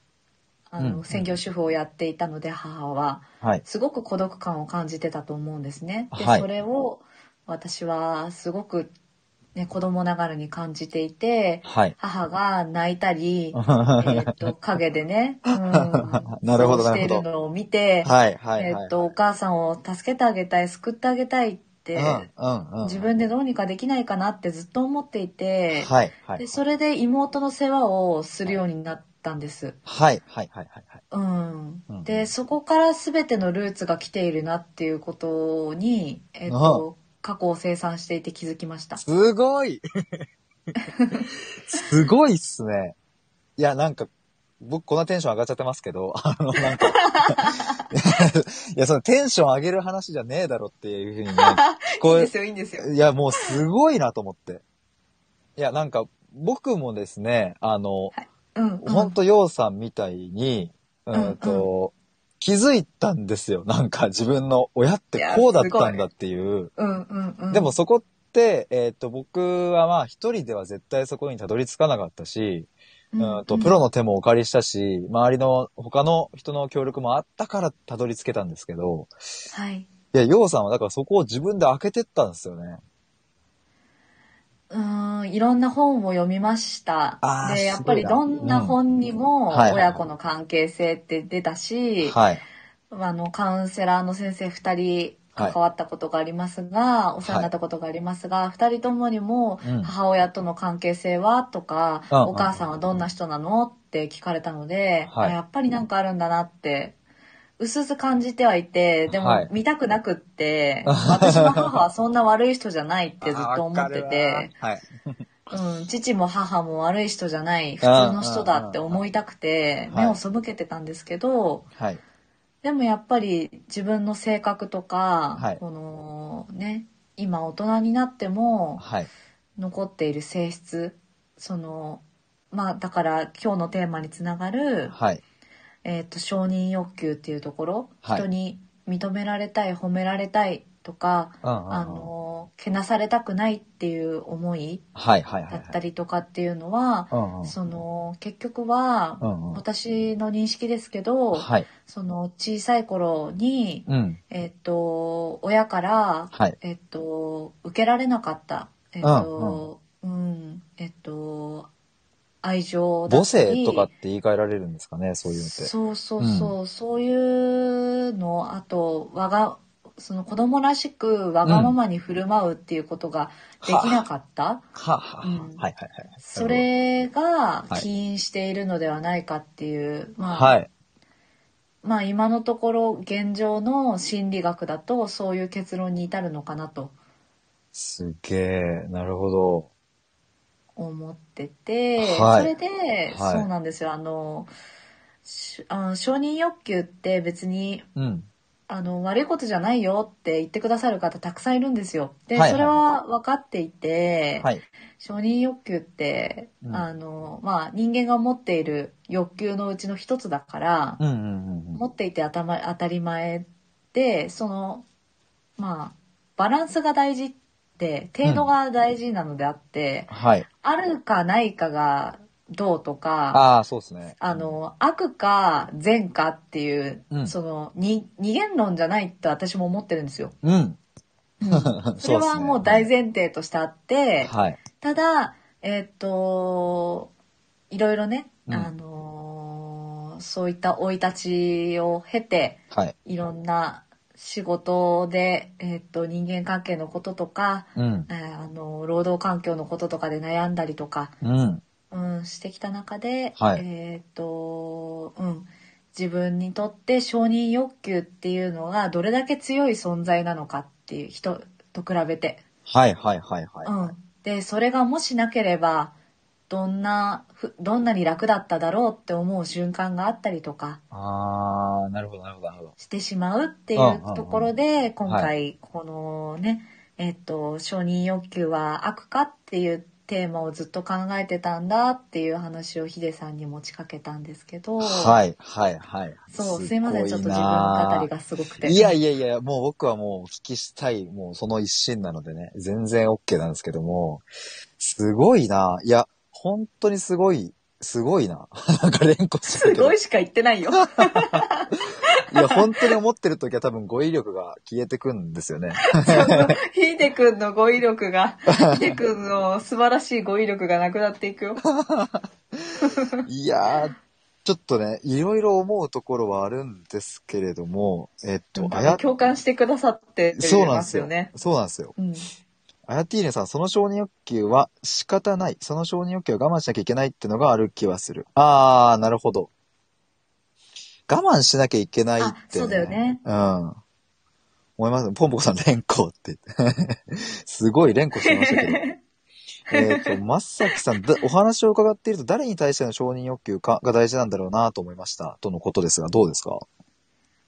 S2: あの、
S1: うん
S2: 専業主婦をやっていたので母は
S1: はい。
S2: すごく孤独感を感じてたと思うんですね。で、
S1: はい
S2: それを私はすごく、ね、子供ながらに感じていて
S1: はい。
S2: 母が泣いた りえーっと陰でね、うん、
S1: なるほど
S2: そう
S1: なるほど
S2: しているのを見て、
S1: はい、はい、はい。
S2: えーっとお母さんを助けてあげたい救ってあげたいって、
S1: うん、うん、うん。
S2: 自分でどうにかできないかなってずっと思っていて、
S1: はい、はい。
S2: でそれで妹の世話をするようになったんです。
S1: はい、はい、はい、はい。はい
S2: うん
S1: うん
S2: でそこから全てのルーツが来ているなっていうことに、えっと過去を清算していて気づきました。
S1: すご いすごいっすね。いや、なんか、僕こんなテンション上がっちゃってますけど、あの、なん か、いや、そのテンション上げる話じゃねえだろっていうふう にね、聞
S2: いい
S1: こ
S2: ん
S1: え
S2: ですよいいんですよ。
S1: いや、もうすごいなと思って。いや、なんか、僕もですね、あの、
S2: うんうん、
S1: ほんと、ようさんみたいに、うんと、気づいたんですよ。なんか自分の親ってこうだったんだっていう。
S2: うんうんうん、
S1: でもそこって、えっ、と、僕はまあ一人では絶対そこにたどり着かなかったし、
S2: うん、
S1: うんと、プロの手もお借りしたし、周りの他の人の協力もあったからたどり着けたんですけど、
S2: はい
S1: いや、ようさんはだからそこを自分で開けてったんですよね。
S2: うーんいろんな本を読みました
S1: あー
S2: でやっぱり
S1: すご
S2: ど
S1: いなん
S2: な本にも
S1: うんはいはい
S2: 親子の関係性って出たし、
S1: はい。
S2: あのカウンセラーの先生2人
S1: はい
S2: 関わったことがありますが、お世話になったことがありますが、2人ともにも
S1: うん
S2: 母親との関係性はとか、
S1: うん
S2: お母さんはどんな人なのって聞かれたので、
S1: はい
S2: あやっぱりなんかあるんだなって。うすうす感じてはいてで
S1: はい
S2: も見たくなくって、 私の母はそんな悪い人じゃないってずっと思ってて、
S1: あー。わかるわはい。
S2: うん、父も母も悪い人じゃない普通の人だって思いたく
S1: うん
S2: て
S1: うんうん
S2: 目を背けてたんですけど、
S1: はい。
S2: でもやっぱり自分の性格とか、
S1: はい
S2: このね今大人になっても
S1: はい。
S2: 残っている性質そのまあだから今日のテーマにつながる、
S1: はい。
S2: えー、と承認欲求っていうところ、
S1: はい
S2: 人に認められたい褒められたいとか、
S1: うんうんうん
S2: あのけなされたくないっていう思い
S1: はい。はい。はい。
S2: だったりとかっていうのは、
S1: うんうん
S2: その結局は、
S1: うんうん
S2: 私の認識ですけど、
S1: はい。
S2: その小さい頃に、
S1: うん。
S2: えっと、親から、
S1: はい
S2: えっと、受けられなかった、えっと、うん、えっと、愛情だ
S1: 母
S2: った
S1: 性
S2: り
S1: とかって言い換えられるんですかね、そういうのって。
S2: そうそうそう、そういうの、あと、わが、その子供らしくわがままに振る舞うっていうことができなかった、
S1: はあはあはあ
S2: うん
S1: はいはいはい。
S2: それが
S1: はい
S2: 起因しているのではないかっていう、まあ、
S1: はい。
S2: まあ今のところ現状の心理学だとそういう結論に至るのかなと
S1: すげえ、なるほど。
S2: 思ってて、
S1: はい
S2: それで、
S1: はい
S2: そうなんですよあのしあの承認欲求って別に
S1: うん。
S2: あの悪いことじゃないよって言ってくださる方たくさんいるんですよ。で、
S1: はい
S2: それは分かっていて、
S1: はい。
S2: 承認欲求って、
S1: うん
S2: あのまあ、人間が持っている欲求のうちの一つだから、
S1: うんうんうんう
S2: 持
S1: ん。
S2: っていて当た,、当たり前でそのまあバランスが大事って程度が大事なのであって、
S1: はい。
S2: あるかないかがどうとかあ
S1: ああ、そうですね。
S2: の悪か善かっていう、
S1: うん
S2: そのに二元論じゃないって私も思ってるんですよ。
S1: うん。
S2: うんそれ
S1: そうです
S2: は
S1: ね
S2: もう大前提としてあって、
S1: はい。
S2: ただえーっといろいろね、
S1: うん
S2: あのそういった生い立ちを経て
S1: はい。
S2: いろんな仕事で、えっと人間関係のこととか、
S1: うん。
S2: えーあの労働環境のこととかで悩んだりとか、
S1: うん。
S2: うん、してきた中で、
S1: はい
S2: えっとうん、自分にとって承認欲求っていうのがどれだけ強い存在なのかっていう人と比べて、
S1: はいはいはいはい。
S2: うん、でそれがもしなければどんなふどんなに楽だっただろうって思う瞬間があったりとか。
S1: ああ、なるほどなるほどなるほど。
S2: してしまうってい
S1: あ
S2: う
S1: ああ
S2: ところで今
S1: は
S2: 回このねえっと承認欲求は悪かっていうテーマをずっと考えてたんだっていう話をヒデさんに持ちかけたんですけど、
S1: はいはいはい。
S2: そうすいませんちょっと自
S1: な
S2: 分語りがすごくて
S1: いやいやいや、もう僕はもうお聞きしたい、もうその一心なのでね、全然 OK なんですけども、すごいな。いや、本当にすごい、すごいな。 なんか連呼して
S2: す
S1: るけど。
S2: ごいしか言って ないよ
S1: いや、本当に思ってる時は多分語彙力が消えてくんですよ ね。
S2: ヒデ君の語彙力がヒデ君の素晴らしい語彙力がなくなっていくよ
S1: いやー、ちょっとね、いろいろ思うところはあるんですけれ ども、えっと、あや、
S2: 共感してくださって
S1: そうなん
S2: ま
S1: ですす
S2: よ
S1: よ
S2: ね。
S1: そうなんですよ。
S2: うん
S1: アヤティーネさん、その承認欲求は仕方ない。その承認欲求は我慢しなきゃいけないってのがある気はする。あー、なるほど。我慢しなきゃいけないって、
S2: あそうだよね。
S1: うん。思います。ポンポコさん、連呼って 言って。すごい連呼してましたけど。えっと、まっさきさん、だお話を伺っていると誰に対しての承認欲求かが大事なんだろうなと思いました。とのことですが、どうですか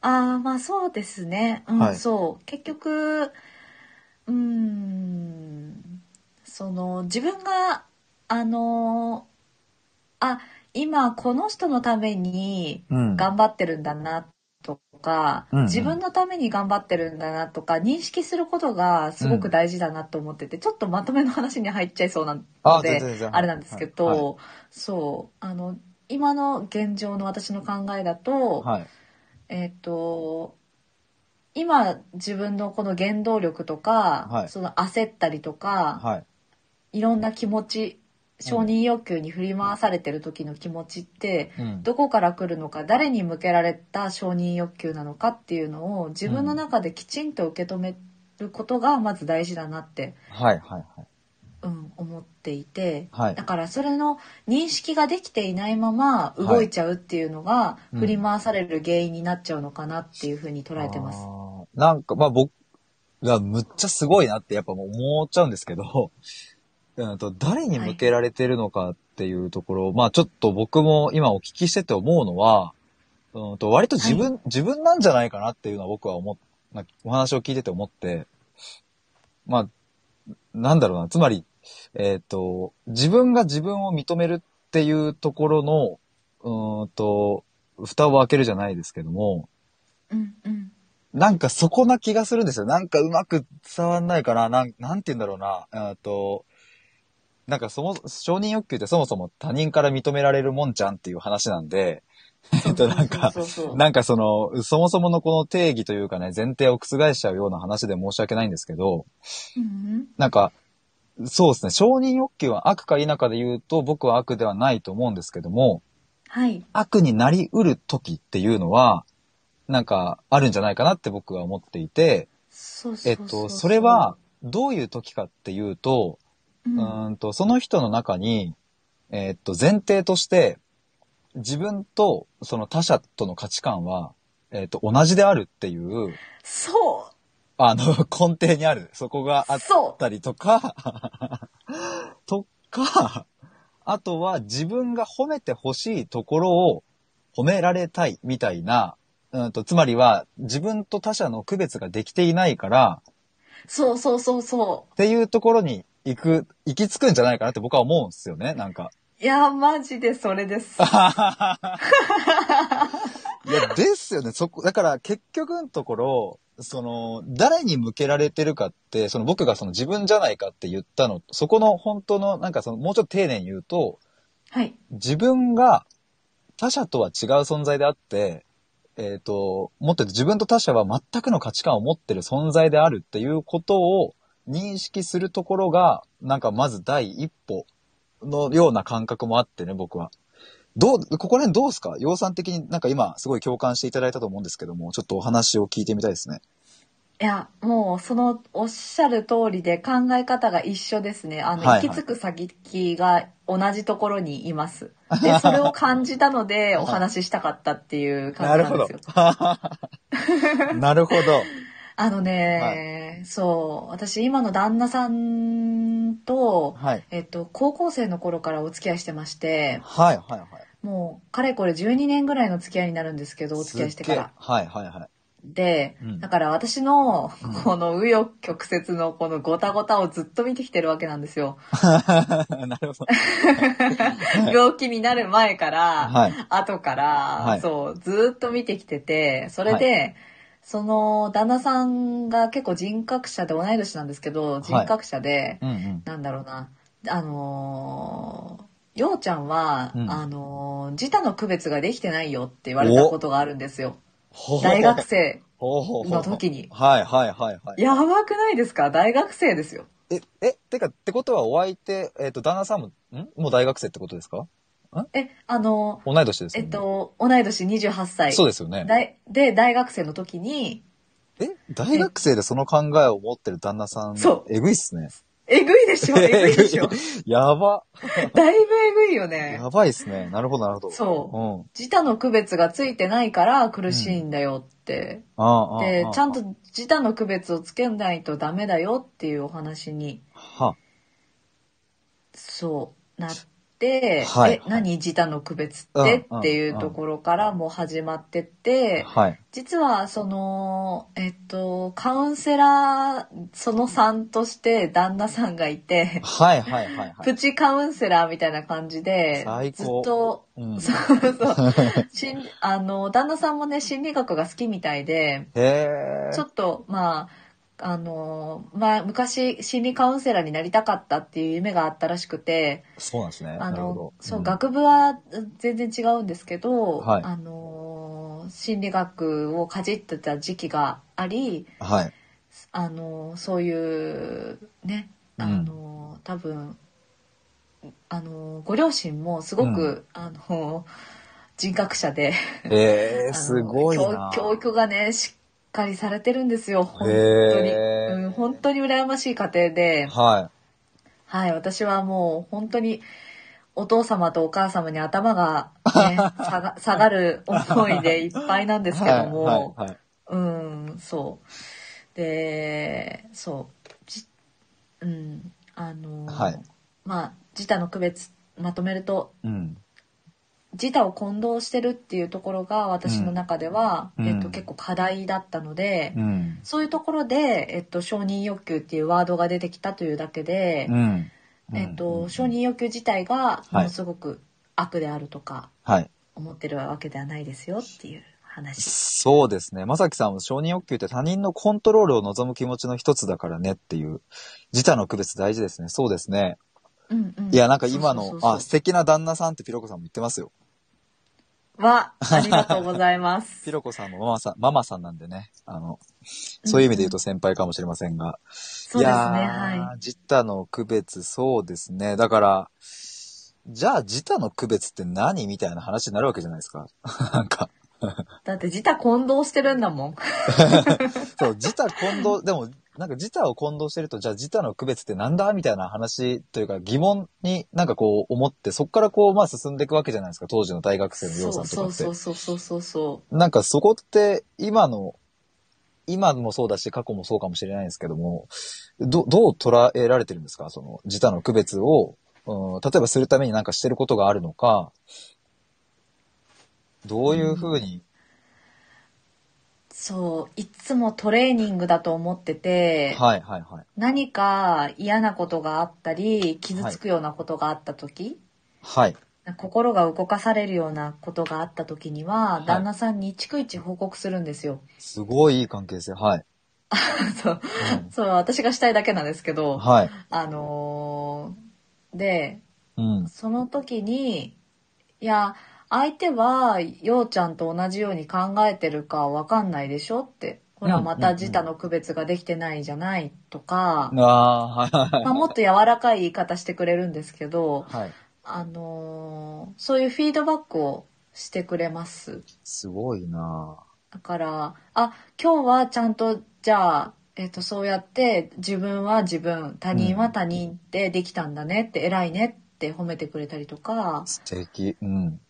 S2: ああまあそうですね、うん
S1: はい
S2: そう結局うーんその自分があのーあ今この人のために
S1: うん。
S2: 頑張ってるんだなとか、
S1: うんうん
S2: 自分のために頑張ってるんだなとか認識することがすごく大事だなと思ってて、ちょっとまとめの話に入っちゃいそうなの
S1: あ、全然全
S2: で
S1: 然。
S2: あれなんですけど、
S1: はい
S2: そうあの今の現状の私の考えだと、
S1: はい。はい
S2: えっ、と今自分のこの原動力とか、
S1: はい
S2: その焦ったりとか、
S1: はい。
S2: いろんな気持ち承認欲求に振り回されてる時の気持ちって
S1: うん。
S2: どこから来るのか誰に向けられた承認欲求なのかっていうのを自分の中できちんと受け止めることがまず大事だなって、
S1: はいはいはい。
S2: うん、思っていて、
S1: はい
S2: だからそれの認識ができていないまま動いちゃうっていうのが
S1: うん
S2: 振り回される原因になっちゃうのかなっていうふうに捉えてます。
S1: あーなんか、まあ僕がむっちゃすごいなってやっぱもう思っちゃうんですけど、 うんと誰に向けられてるのかっていうところ、まあちょっと僕も今お聞きしてて思うのは、うんと割と自分、自分なんじゃないかなっていうのは僕は思っ、まあお話を聞いてて思って、まあ、なんだろうな、つまり、えっ、と、自分が自分を認めるっていうところの、うんと、蓋を開けるじゃないですけども、
S2: うんうん
S1: なんかそこな気がするんですよ。なんかうまく伝わんないかな。なん、なんて言うんだろうな。えーっと、なんかそも、承認欲求ってそもそも他人から認められるもんじゃんっていう話なんで、えっと、なんか、
S2: そうそうそう
S1: なんかその、そもそものこの定義というかね、前提を覆しちゃうような話で申し訳ないんですけど、
S2: うんうん
S1: なんか、そうですね、承認欲求は悪か否かで言うと、僕は悪ではないと思うんですけども、
S2: はい
S1: 悪になりうる時っていうのは、なんか、あるんじゃないかなって僕は思っていて、
S2: そうそ
S1: え
S2: う
S1: っ
S2: そうそ
S1: と、
S2: う
S1: それは、、どういう時かっていうと、
S2: う
S1: うんーんと、その人の中に、えっと、前提として、自分とその他者との価値観は、えっと、同じであるっていう、
S2: そう
S1: あの、 根底にある、そこがあっ
S2: そう
S1: たりとか、 とか、あとは自分が褒めてほしいところを褒められたいみたいな、うんと、つまりは自分と他者の区別ができていないから、
S2: そうそうそうそ
S1: っていうところに行く、行き着くんじゃないかなって僕は思うんですよね、なんか。
S2: う。いや、マジでそ れです。
S1: いや、ですよね、そこ、だから結局のところ、その、誰に向けられてるかって、その僕がその自分じゃないかって言ったの、そこの本当の、なんかその、もうちょっと丁寧に言うと、
S2: はい。
S1: 自分が他者とは違う存在であって、えっ、と、もっと言うと自分と他者は全くの価値観を持ってる存在であるっていうことを認識するところが、なんかまず第一歩のような感覚もあってね、僕は。どう、ここら辺どうですか洋さん的になんか今すごい共感していただいたと思うんですけども、ちょっとお話を聞いてみたいですね。
S2: いや、もうそのおっしゃる通りで考え方が一緒ですね。あの、
S1: はいはい
S2: 行き着く先が同じところに います。で、それを感じたのでお話ししたかったっていう感じなんですよ。。
S1: なるほど。
S2: あのね、そう、私今の旦那さんと、
S1: はい。
S2: えっと、高校生の頃からお付き合いしてまして、
S1: はい、はい、はい。
S2: もう、かれこれ12年ぐらいの付き合いになるんですけど、お付き合いしてから。
S1: すっげえはい、はい、はい。
S2: で、
S1: うん
S2: だから私の
S1: うん
S2: この紆余曲折のこのごたごたをずっと見てきてるわけなんですよ。
S1: なるほど。はい
S2: 病気になる前から、
S1: はい。
S2: 後から、
S1: はい
S2: そう、ずっと見てきてて、それで、その旦那さんが結構人格者で同い年なんですけど、人格者で、
S1: うんうん。
S2: なんだろうな、あのー、ようちゃんは、
S1: うん
S2: あのー自他の区別ができてないよって言われたことがあるんですよ。
S1: ほう
S2: 大学生
S1: ほうほうほう
S2: の時に。
S1: はいはいはいはい。
S2: やばくないですか大学生ですよ。
S1: え、え、てか、ってことはお相手、えっ、と、旦那さんも、んもう大学生ってことですか
S2: え、あの、
S1: 同い年です
S2: え
S1: よね。
S2: っと、同い年28歳。
S1: そうですよね。
S2: 大で、大学生の時に、
S1: え、大学生でその考えを持ってる旦那さん、
S2: そう
S1: えぐいっすね。
S2: えぐい でしょえぐいでしょ
S1: やば。
S2: だいぶえぐいよね
S1: や。ばいっすね。なるほどなるほど。
S2: そう。
S1: うん。
S2: 自他の区別がついてないから苦しいんだよって。
S1: ああ、
S2: で
S1: ああ、
S2: ちゃんと自他の区別をつけないとダメだよっていうお話に、
S1: は、
S2: そう、なって、
S1: はい
S2: え、何自他の区別って、
S1: うん
S2: っていうところからもう始まってって、
S1: はい。
S2: 実はその、ええっと、カウンセラーその3として旦那さんがいて、
S1: はいはいはいは
S2: プ
S1: い。
S2: チカウンセラーみたいな感じで、
S1: 最
S2: ずっ
S1: 高
S2: と、
S1: うん、 へ
S2: そうそう。心理あの、旦那さんもね、心理学が好きみたいで、
S1: え。
S2: ちょっと、まあ、あの、まあ、昔、心理カウンセラーになりたかったっていう夢があったらしくて、
S1: そうなんですね。
S2: あ
S1: なるほ
S2: の
S1: ど、。
S2: そう、
S1: ん、
S2: 学部は全然違うんですけど、
S1: はい
S2: あの、心理学をかじってた時期があり、
S1: はい。
S2: あの、そういう、ね、
S1: うん
S2: あの、多分、あの、ご両親もすごく、あの、人格者で、
S1: えー、
S2: あの
S1: すごいな。
S2: 教教育がねしっかりされてるんですよ本当に、
S1: へー
S2: うん、本当に羨ましい家庭で、
S1: は
S2: はい、私はもう本当にお父様とお母様に頭が、 ね、下が下がる思いでいっぱいなん
S1: い。
S2: ですけども、
S1: はいはいはい。
S2: うんそうでそうじうんあのー
S1: はい
S2: まあ自他の区別まとめると
S1: うん。
S2: 自他を混同してるっていうところが私の中では、
S1: うん
S2: えっ
S1: う
S2: と、
S1: ん
S2: 結構課題だったので、
S1: うん。
S2: そういうところで、えっと、承認欲求っていうワードが出てきたというだけで、
S1: うん。
S2: えっ
S1: うん
S2: と、承。認欲求自体が
S1: い
S2: ものすごく悪であるとか
S1: はい。
S2: 思ってるわけではないですよっていう話。
S1: そうですね。まさきさんは承認欲求って他人のコントロールを望む気持ちの一つだからねっていう、自他の区別大事ですね。そうですね。
S2: うんうん、
S1: いや、なんか今の、
S2: そうそうそうそう
S1: あ、素敵な旦那さんってピロコさんも言ってますよ。
S2: は、ありがとうございま
S1: ピ
S2: す。
S1: ロコさんもママさん、ママさんなんでね。あの、 そういう意味で言うと先輩かもしれませんが。
S2: そ
S1: い
S2: うですね、
S1: やー
S2: は
S1: 自他の区別、そうですね。だから、じゃあ自他の区別って何みたいな話になるわけじゃないですか。なんか。
S2: い。だって自他混同してるんだもん。
S1: そう、自他混同、でも、なんか自他を混同してると、じゃあ自他の区別ってなんだみたいな話というか疑問になんかこう思って、そこからこうまあ進んでいくわけじゃないですか、当時の大学生のようさ
S2: そ
S1: ん
S2: う
S1: とかっ
S2: そう
S1: て
S2: そ。うそうそうそうそう。
S1: なんかそこって今の、今もそうだし過去もそうかもしれないですけども、ど、どう捉えられてるんですかその自他の区別を、うん、例えばするためになんかしてることがあるのか、どういうふうに、
S2: そういつもトレーニングだと思ってて、
S1: はいはいはい。
S2: 何か嫌なことがあったり傷つくようなことがあった時、
S1: はい。
S2: 心が動かされるようなことがあった時には、
S1: い
S2: 旦那さんに逐一報告するんですよ。
S1: すごいいい関係性。はい。
S2: そう
S1: う
S2: そう私がしたいだけなんですけ
S1: ん、
S2: ど、
S1: はい。
S2: あのーで
S1: うん。
S2: その時にいや相手はようちゃんと同じように考えてるかわかんないでしょってほ
S1: う
S2: ら
S1: ん
S2: ま
S1: うんう
S2: た
S1: ん
S2: 自他の区別ができてないじゃないとか、
S1: ああー、はい
S2: まあ、もっと柔らかい言い方してくれるんですけど、
S1: はい。はい。
S2: あのーそういうフィードバックをしてくれます。
S1: すごいな
S2: だから、あ、今日はちゃんと、じゃあ、えっ、と、そうやって自分は自分、他人は他人ってできたんだねって、偉いねって褒めてくれたりとか
S1: ぁ。、素敵。うん。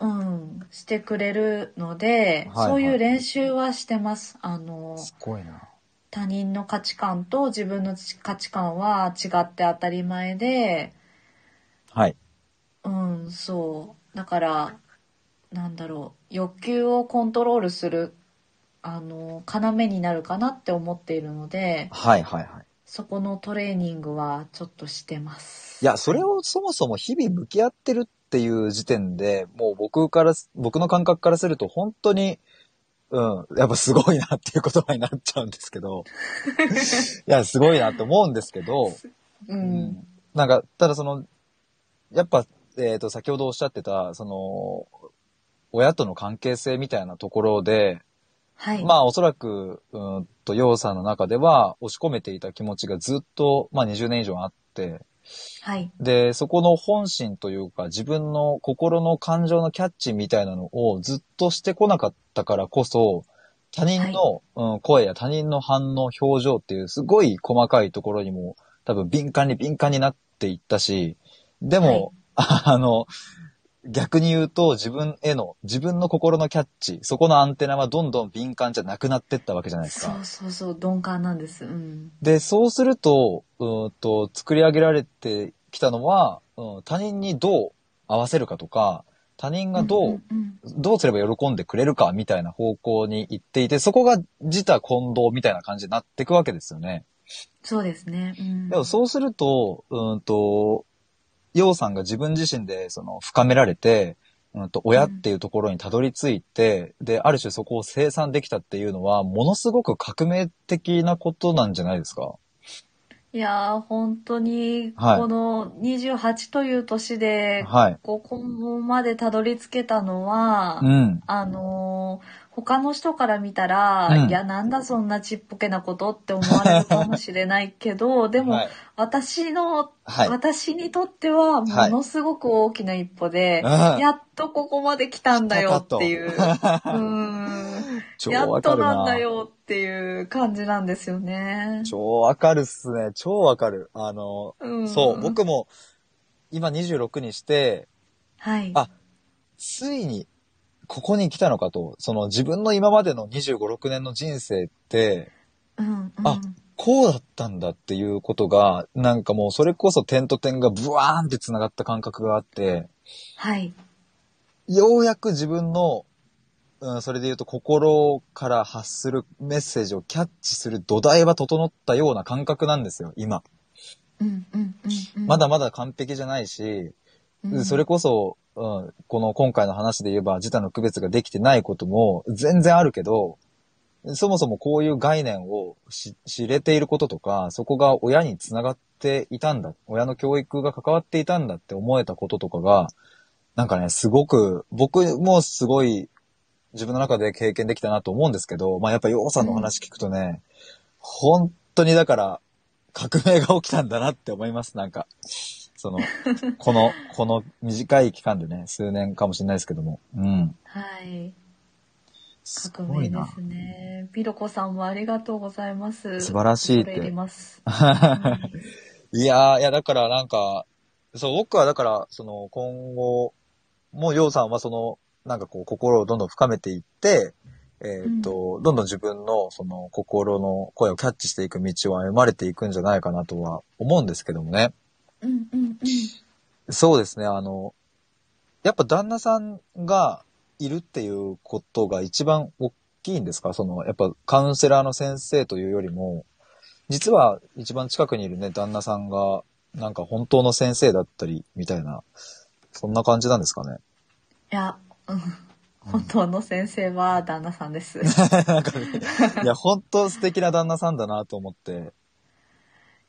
S2: うん、してくれるので、
S1: はい
S2: そういう練習はしてます。あのー
S1: すごいな
S2: 他人の価値観と自分の価値観は違って当たり前で、
S1: はい。
S2: うん、そう。だから、なんだろう、欲求をコントロールする、あの、要になるかなって思っているので、
S1: はいはいはい。
S2: そこのトレーニングはちょっとしてます。
S1: いや、それをそもそも日々向き合ってるっていう時点で、もう僕からす、僕の感覚からすると本当に、うん、やっぱすごいなっていう言葉になっちゃうんですけ ど、いや、すごいなって思うんですけど、
S2: う。
S1: うんんなんか、ただその、やっぱ、えっ、と、先ほどおっしゃってた、その、親との関係性みたいなところで、
S2: はい。
S1: まあおそらく、うーんと、ヨウさんの中では押し込めていた気持ちがずっと、まあ20年以上あって、
S2: はい。
S1: で、そこの本心というか自分の心の感情のキャッチみたいなのをずっとしてこなかったからこそ、他人の、うん、声や他人の反応、表情っていうすごい細かいところにも多分敏感に敏感になっていったし、でも、 あの、逆に言うと自分への、自分の心のキャッチ、そこのアンテナはどんどん敏感じゃなくなってったわけじゃないです
S2: そ
S1: か
S2: う。そうそう、鈍感なんです。うん。
S1: で、そうすると、うーんと、作り上げられてきたのは、うん、他人にどう合わせるかとか、他人がどう、
S2: んん
S1: どうすれば喜んでくれるかみたいな方向に行っていて、そこが自他混同みたいな感じになっていくわけですよね。
S2: そうですね。うん、
S1: でもそうすると、うんと、洋さんが自分自身でその深められて、うんと、親っていうところにたどり着いて、で、ある種そこを生産できたっていうのは、ものすごく革命的なことなんじゃないですか。
S2: いやー本当に、
S1: はい
S2: この28という年で、
S1: はい。
S2: ここまでたどり着けたのは、
S1: うん。
S2: あのー他の人から見たら、
S1: うん
S2: いや、なんだそんなちっぽけなことって思われるかもしれないけど、でも、
S1: はい、
S2: 私の、
S1: はい
S2: 私にとっては、も
S1: はい
S2: のすごく大きな一歩で、
S1: うん
S2: やっとここまで来たんだよっていう。うー ん。
S1: 超
S2: や
S1: わ
S2: っ
S1: か
S2: と
S1: るな。
S2: なんだよっていう感じなんですよね。
S1: 超わかるっすね。超わかる。あの、
S2: うん
S1: そう、僕も今26にして、
S2: はい。
S1: あついにここに来たのかと、その自分の今までの25、6年の人生って、
S2: うん、うん。
S1: あこうだったんだっていうことが、なんかもうそれこそ点と点がブワーンって繋がった感覚があって、
S2: はい。
S1: ようやく自分の、うん、それで言うと心から発するメッセージをキャッチする土台は整ったような感覚なんですよ、今。
S2: うん、うん、うんうん。
S1: まだまだ完璧じゃないし、
S2: うん、
S1: それこそ、うん、この今回の話で言えば、自他の区別ができてないことも全然あるけど、そもそもこういう概念をし知れていることとか、そこが親につながっていたんだ、親の教育が関わっていたんだって思えたこととかが、なんかね、すごく、僕もすごい自分の中で経験できたなと思うんですけど、まあやっぱ洋さんのお話聞くとね、本当にだから革命が起きたんだなって思います、なんか。そ の、この、この短い期間でね、数年かもしれないですけども。うん。
S2: はい。
S1: す
S2: 革
S1: ご
S2: 命
S1: い
S2: で
S1: な。
S2: すね。ピロコさんもありがとうございます。
S1: 素晴らしいって
S2: 恐れ入ります。
S1: いやー、いや、だからなんか、そう、僕はだから、その、今後、もう、ようさんはその、なんかこう、心をどんどん深めていって、えーっと、どんどん自分の、その、心の声をキャッチしていく道は歩まれていくんじゃないかなとは思うんですけどもね。
S2: うん、うん、うん。
S1: そうですね、あの、やっぱ旦那さんがいるっていうことが一番大きいんですかその、やっぱカウンセラーの先生というよりも、実は一番近くにいるね、旦那さんが、なんか本当の先生だったり、みたいな、そんな感じなんですかね。
S2: いや、うん、本当の先生は旦那さんです。
S1: なんかね、 いや、本当素敵な旦那さんだなと思って。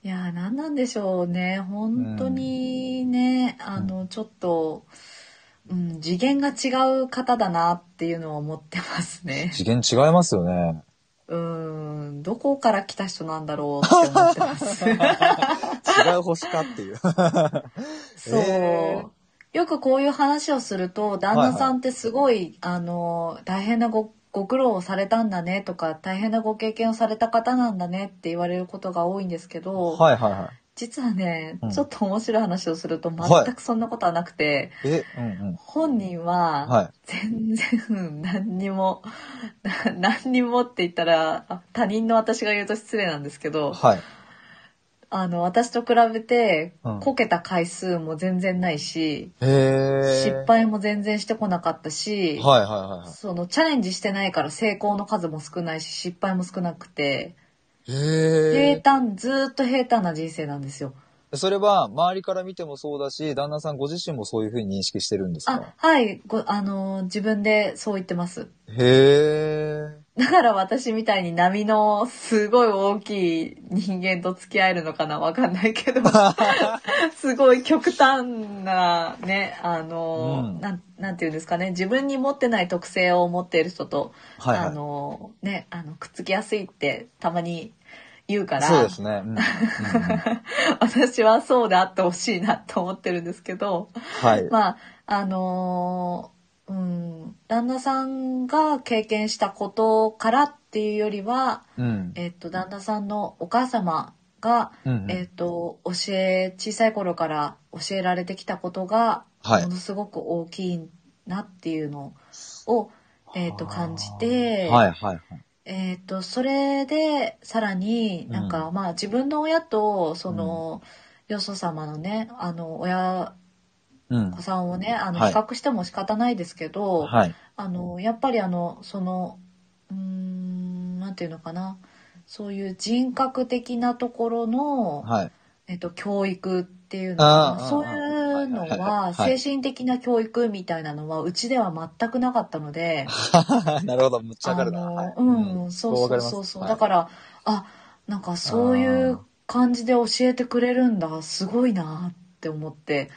S2: いや、何なんでしょうね。本当にね、あの、ちょっと、うん、次元が違う方だなっていうのは思ってます ね。
S1: 次元違いますよね。
S2: うん、どこから来た人なんだろうって思ってます。
S1: 違う星かっていう。
S2: そ う。
S1: え
S2: よくこういう話をすると、旦那さんってすごい、あの、大変なご、ご苦労をされたんだねとか、大変なご経験をされた方なんだねって言われることが多いんですけど、
S1: はいはいは
S2: 実はね、
S1: うん
S2: ちょっと面白い話をすると
S1: はい
S2: 全くそんなことはなくて、
S1: い。え、うん
S2: 本人
S1: うん。
S2: は
S1: はい。
S2: 全然何にも、 な何にもって言ったら、あ他人の私が言うと失礼なんですけど、
S1: はい。
S2: あの、私と比べて
S1: うん、
S2: こけた回数も全然ないし、
S1: へえ。
S2: 失敗も全然してこなかったし、
S1: はいはいはいはい。
S2: そのチャレンジしてないから成功の数も少ないし、失敗も少なくて、平
S1: へ
S2: 坦、ずーっと平坦な人生なんですよ。
S1: え。それは、周りから見てもそうだし、旦那さんご自身もそういうふうに認識してるんです
S2: あ
S1: か、
S2: はい、ご、あのー自分でそう言ってます。
S1: へえ。
S2: だから私みたいに波のすごい大きい人間と付き合えるのかなわかんないけど、すごい極端なね、あのー、
S1: うん
S2: なん、なんていうんですかね、自分に持ってない特性を持っている人と、
S1: はいはい
S2: あのーね、あの、くっつきやすいってたまに言うから、
S1: そうですね。うんうんうん
S2: 私はそうであってほしいなと思ってるんですけど、
S1: はい。
S2: まああのーうん旦那さんが経験したことからっていうよりは、
S1: うん。
S2: えっと旦那さんのお母様が、
S1: うんうん
S2: えっと教え小さい頃から教えられてきたことが、
S1: はい
S2: ものすごく大きいなっていうのを、えっと感じて、
S1: はいはいはい。
S2: えっとそれでさらになんか、
S1: う
S2: まあ自分の親とその、よそ様のねあの親
S1: うん
S2: 子。さんをねあの
S1: はい
S2: 比較しても仕方ないですけど、
S1: はい。
S2: あのやっぱりあのそのうーんなんていうのかなそういう人格的なところの、
S1: はい。
S2: えっと、教育っていうのか
S1: あー
S2: なそういうの
S1: はいはいはい
S2: は
S1: はい
S2: 精神的な教育みたいなのはうちでは全くなかったので。
S1: なるほど、むっちゃ
S2: あ
S1: わかるな。はい、
S2: のうん、そうそうそうそう、だかららあなんかそういう感じで教えてくれるんだすごいなって思って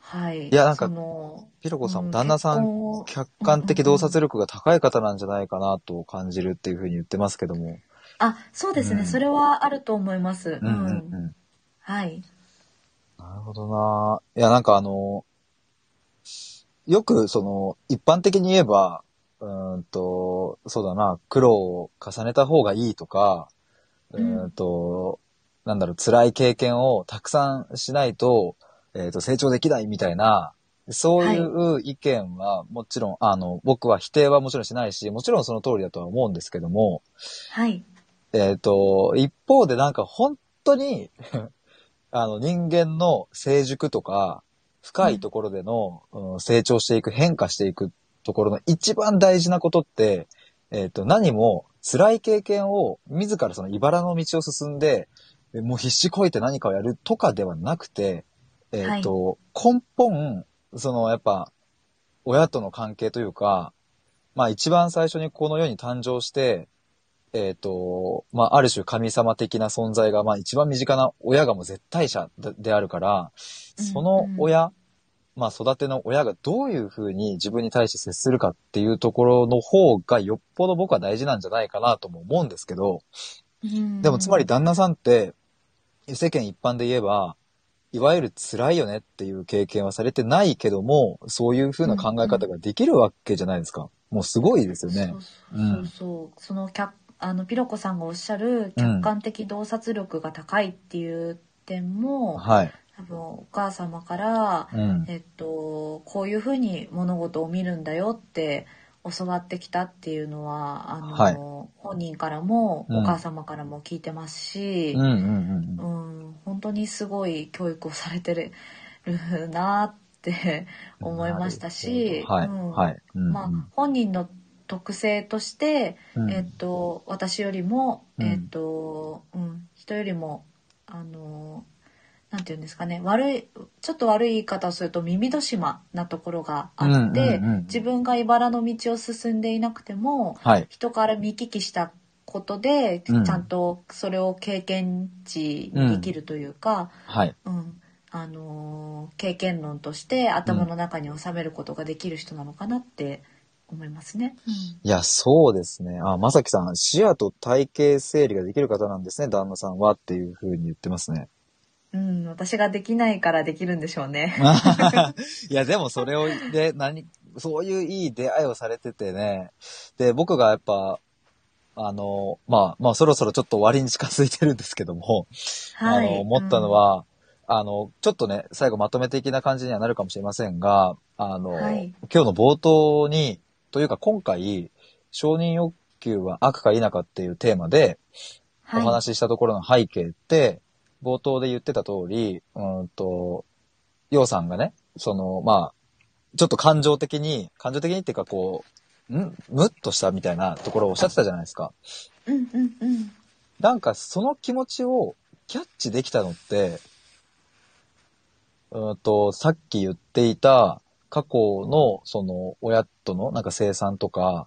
S2: はい
S1: いやなんか
S2: その
S1: ピロコさん
S2: う
S1: も
S2: ん
S1: 旦那さ
S2: 結
S1: ん、
S2: 婚を
S1: 客観的洞察力が高い方なんじゃないかなと感じるっていうふうに言ってますけども。
S2: あそうですね、
S1: うん
S2: それはあると思います
S1: う
S2: うん
S1: うん
S2: ん、
S1: うん。
S2: はい
S1: なるほどな。いや、なんかあの、よくその、一般的に言えば、うーんと、そうだな、苦労を重ねた方がいいとか、う
S2: うん
S1: ーんと、なんだろう、辛い経験をたくさんしないと、えっ、と、成長できないみたいな、そういう意見は、もちろん、あの、僕は否定はもちろんしないし、もちろんその通りだとは思うんですけども、
S2: はい
S1: えっ、と、一方でなんか本当に、 あの人間の成熟とか、深いところでの、うん成長していく、変化していくところの一番大事なことって、えっ、と、何も辛い経験を自らその茨の道を進んで、えもう必死こいて何かをやるとかではなくて、えっ、と、根本、そのやっぱ、親との関係というか、まあ一番最初にこの世に誕生して、えっ、と、まあ、ある種神様的な存在が、まあ、一番身近な親がもう絶対者でであるから、その親、まあ、育ての親がどういうふうに自分に対して接するかっていうところの方がよっぽど僕は大事なんじゃないかなとも思うんですけど、でもつまり旦那さんって、世間一般で言えば、いわゆる辛いよねっていう経験はされてないけども、そういうふうな考え方ができるわけじゃないですか。もうすごいですよね
S2: そう。そうそうそう、その客あのピロコさんがおっしゃる
S1: うん
S2: 客観的洞察力が高いっていう点も、
S1: はい。
S2: 多分お母様から、
S1: うん。
S2: えっと、こういうふうに物事を見るんだよって教わってきたっていうのはあの、
S1: はい
S2: 本人からも
S1: うん
S2: お母様からも聞いてますし、
S1: うんうんうんうん。
S2: うん、本当にすごい教育をされてるるなって思いましたし、
S1: はい、
S2: うん
S1: はい。うん
S2: まあ、本人の特性として、
S1: うん
S2: えっと、私よりも、
S1: うん
S2: えっと、うん、人よりも、あの、なんていうんですかね、悪い、ちょっと悪い言い方をすると耳戸島なところがあって、
S1: うんうんうんうん
S2: 自分が茨の道を進んでいなくても、
S1: はい。
S2: 人から見聞きしたことで、
S1: うん
S2: ちゃんとそれを経験値にできるというか、
S1: はい。
S2: うんあのー経験論として頭の中に収めることができる人なのかなって思いますね。
S1: いや、そうですね。あ、まさきさん、視野と体型整理ができる方なんですね、旦那さんはっていうふうに言ってますね。
S2: うん、私ができないからできるんでしょうね。
S1: いや、でもそれを、で、何、そういういい出会いをされててね。で、僕がやっぱ、あの、まあ、まあ、そろそろちょっと終わりに近づいてるんですけども、
S2: はい。
S1: あの、思ったのは、あの、ちょっとね、最後まとめ的な感じにはなるかもしれませんが、あの、
S2: はい
S1: 今日の冒頭に、というか今回、承認欲求は悪か否かっていうテーマで
S2: う
S1: お
S2: ん、
S1: 話ししたところの背景って、冒頭で言ってた通り、うんと、ようさんがね、その、まあ、ちょっと感情的に、感情的にっていうかこう、んムッとしたみたいなところをおっしゃってたじゃないですか。
S2: はい、うんうんうん。
S1: なんかその気持ちをキャッチできたのって、うーんと、さっき言っていた過去のその親とのなんか生産とか、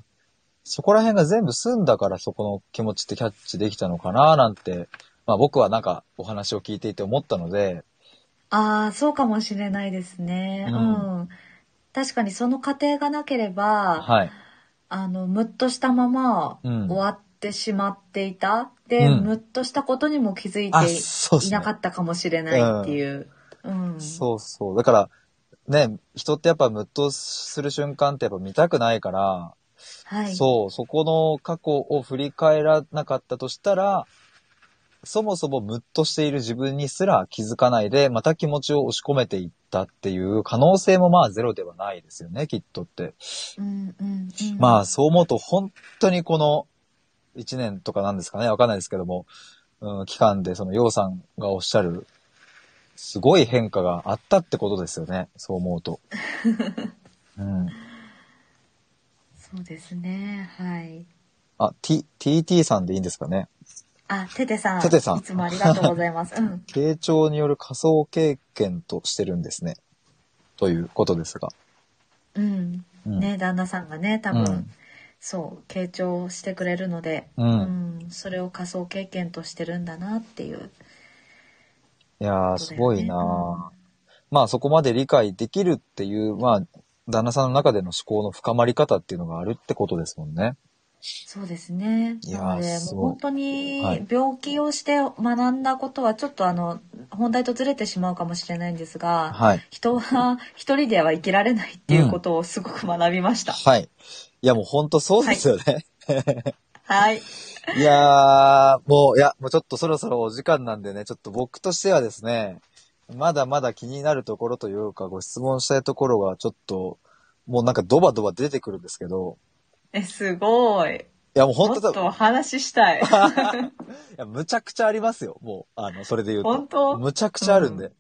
S1: そこら辺が全部済んだからそこの気持ちってキャッチできたのかななんて、まあ僕はなんかお話を聞いていて思ったので、
S2: ああ、そうかもしれないですね。
S1: う
S2: うんん。確かにその過程がなければ、
S1: はい。
S2: あの、ムッとしたまま
S1: うん
S2: 終わってしまっていた。で、
S1: うん
S2: ムッとしたことにも気づい
S1: あ、
S2: て
S1: そうです
S2: い
S1: ね
S2: な。かったかもしれないっていう。うん。
S1: そうそう。だから、ね、人ってやっぱムッとする瞬間ってやっぱ見たくないから、
S2: はい。
S1: そう、そこの過去を振り返らなかったとしたら、そもそもムッとしている自分にすら気づかないで、また気持ちを押し込めていったっていう可能性もまあゼロではないですよね、きっとって。
S2: うんうんうん。
S1: まあそう思うと本当にこの1年とかなんですかね、わかんないですけども、うん、期間でそのヨウさんがおっしゃる、すごい変化があったってことですよね。そう思う と。うん。
S2: そうですね。はい。
S1: あ、T、TT さんでいいんですかね。
S2: あ、テテさん。
S1: テテさん
S2: いつもありがとうございます。うん。
S1: 傾聴による仮想経験としてるんですね。ということですが。
S2: うん。
S1: うん。
S2: ね、旦那さんがね、多分、そう、傾聴してくれるので、
S1: うん。うん。
S2: うんそれを仮想経験としてるんだなっていう。
S1: いやー、
S2: そ
S1: す
S2: うだよ
S1: ご
S2: ね
S1: いなーまあそこまで理解できるっていう、まあ、旦那さんの中での思考の深まり方っていうのがあるってことですもんね。
S2: そうですね。
S1: いやー
S2: なので、も
S1: す
S2: う
S1: ごい
S2: 本当に
S1: はい
S2: 病気をして学んだことはちょっとあの、本題とずれてしまうかもしれないんですが、
S1: はい。
S2: 人は一人では生きられないっていうことをすごく学びました。
S1: はい。いや、もうほんとそうですよね。
S2: はい。
S1: い、やー、もう、いや、もうちょっとそろそろお時間なんでね、ちょっと僕としてはですね、まだまだ気になるところというか、ご質問したいところがちょっと、もうなんかドバドバ出てくるんですけど、
S2: え、すごい。
S1: いや、もう
S2: も
S1: ほん
S2: っ
S1: と多分
S2: とお話ししたい。
S1: いや、むちゃくちゃありますよ。もう、あの、それで言うと。
S2: 本当
S1: むちゃくちゃあるんで。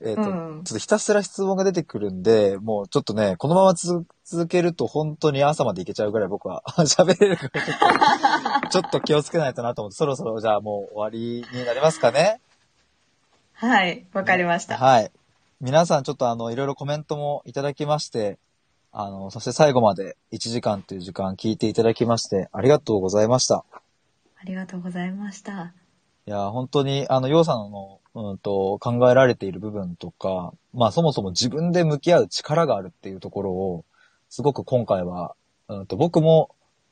S1: えっ、と、
S2: うん
S1: ちょっとひたすら質問が出てくるんで、もうちょっとね、このまま続続けると本当に朝までいけちゃうぐらい僕は 喋れるからちょっと、ちょっと気をつけないとなと思って、そろそろじゃあもう終わりになりますかね。
S2: はい。わかりました。
S1: はい。皆さんちょっとあの、いろいろコメントもいただきまして、あの、そして最後まで1時間という時間聞いていただきまして、ありがとうございました。
S2: ありがとうございました。
S1: いや、本当に、あの、ようさんの、うんと、考えられている部分とか、まあ、そもそも自分で向き合う力があるっていうところを、すごく今回は、うんと、僕も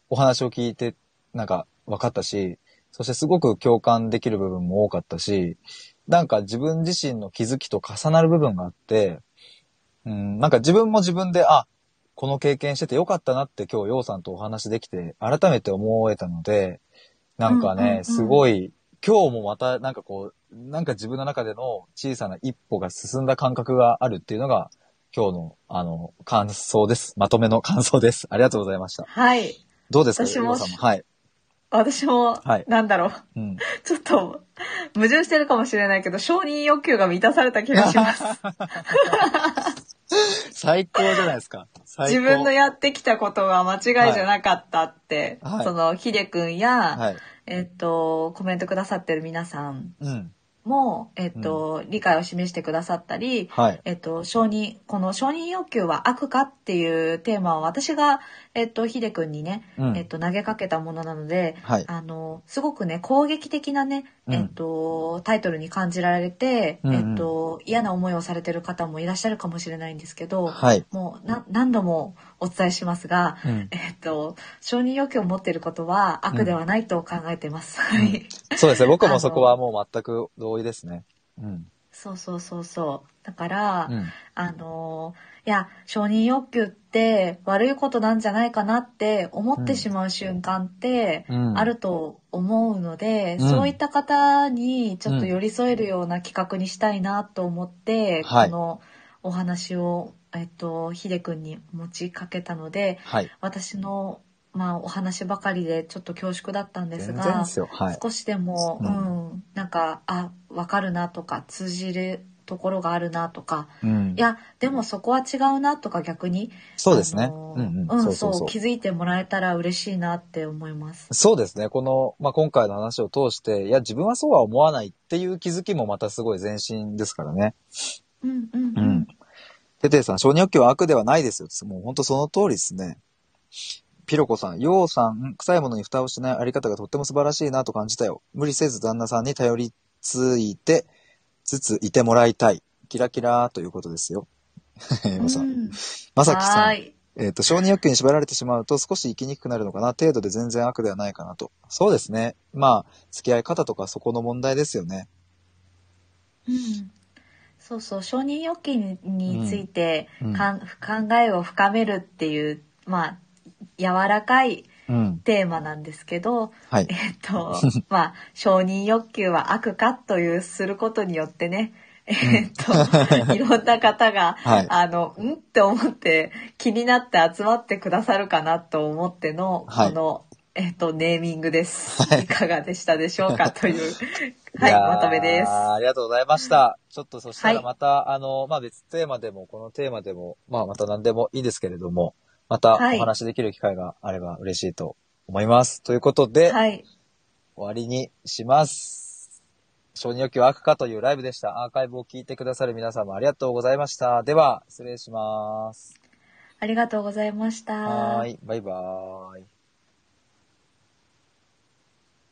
S1: お話を聞いて、なんか、分かったし、そしてすごく共感できる部分も多かったし、なんか自分自身の気づきと重なる部分があって、うん、なんか自分も自分で、あ、この経験しててよかったなって今日ようさんとお話できて、改めて思えたので、なんかね、
S2: うんうんうん
S1: すごい、今日もまたなんかこう、なんか自分の中での小さな一歩が進んだ感覚があるっていうのが、今日の、あの、感想です。まとめの感想です。ありがとうございました。
S2: はい。
S1: どうですか、
S2: 私
S1: ゆ
S2: も
S1: うさんも。はい。
S2: 私も、
S1: はい
S2: なんだろう。
S1: うん。
S2: ちょっと、矛盾してるかもしれないけど、承認欲求が満たされた気が します。
S1: 最高じゃないですか。最高。
S2: 自分のやってきたことが間違いじゃなかったって、
S1: はい
S2: その、ひでくんや、
S1: はい。
S2: えっと、コメントくださってる皆さん
S1: うん。
S2: も、えっと、理解を示してくださったり、
S1: はい。
S2: えっと、承認、この承認欲求は悪かっていうテーマを私が、えっと、ひでくんにね、
S1: うん
S2: えっと、投げかけたものなので、
S1: はい
S2: あの、すごくね、攻撃的なね、
S1: うん
S2: えっと、タイトルに感じられて、
S1: うんうん
S2: えっと、嫌な思いをされてる方もいらっしゃるかもしれないんですけど、
S1: はい。
S2: もうな何度もお伝えしますが、
S1: うん。
S2: えっと、承認欲求を持っていることは悪ではないと考えてます。はい。
S1: そうですね。僕もそこはもう全く同意ですね。うん。
S2: そうそうそうそう。だから、
S1: うん。
S2: あのーいや承認欲求って悪いことなんじゃないかなって思ってしまう瞬間って
S1: うん
S2: あると思うので、
S1: うん
S2: そういった方にちょっと寄り添えるような企画にしたいなと思って、
S1: はい
S2: このお話を、えっと、ひでくんに持ちかけたので
S1: はい。
S2: 私の、まあ、お話ばかりでちょっと恐縮だったんです
S1: 全
S2: が。
S1: 然ですよ。はい。
S2: 少しでも、
S1: う
S2: うんんなんかあ分かるなとか通じるところがあるなとか
S1: うん
S2: い。やでもそこは違うなとか逆に
S1: そうです
S2: あ
S1: ね。
S2: の
S1: う
S2: ー
S1: ん
S2: う
S1: うん。
S2: ん
S1: そうそうそ
S2: そう
S1: う。
S2: 気づいてもらえたら嬉しいなって思います。
S1: そうですね。この、まあ、今回の話を通して、いや、自分はそうは思わないっていう気づきもまたすごい前進ですからね。
S2: うんうん
S1: う
S2: うんん。
S1: ててさん、承認欲求は悪ではないですよ。もう本当その通りですね。ピロコさん、ようさん、臭いものに蓋をしないあり方がとっても素晴らしいなと感じたよ。無理せず旦那さんに頼りついて、つついてもらいたい。キラキラーということですよ。えまさ
S2: う、ん
S1: まさきさん、
S2: はーい
S1: えっ、と、承認欲求に縛られてしまうと少し生きにくくなるのかな。程度で全然悪ではないかなと。そうですね。まあ、付き合い方とかそこの問題ですよね。
S2: うんそうそう承認欲求にについて、
S1: うん
S2: かん考えを深めるっていうまあ柔らかい
S1: うん。
S2: テーマなんですけど、
S1: はい。
S2: えっ と、まあ、承認欲求は悪かというすることによってね、えっ と、いろんな方が、
S1: はい
S2: あの、うんって思って気になって集まってくださるかなと思っての、
S1: はい
S2: この、えっと、ネーミングです。いかがでしたでしょうかというはい
S1: やー
S2: まとめです
S1: ありがとうございました。ちょっとそした
S2: は
S1: ら
S2: い
S1: また、あの、まあ、別テーマでも、このテーマでも、まあ、また何でもいいですけれども、またお
S2: はい
S1: 話しできる機会があれば嬉しいと思います。ということで、
S2: はい。
S1: 終わりにします。承認欲求悪化というライブでした。アーカイブを聞いてくださる皆様ありがとうございました。では、失礼します。
S2: ありがとうございました。
S1: はーい、バイバーイ。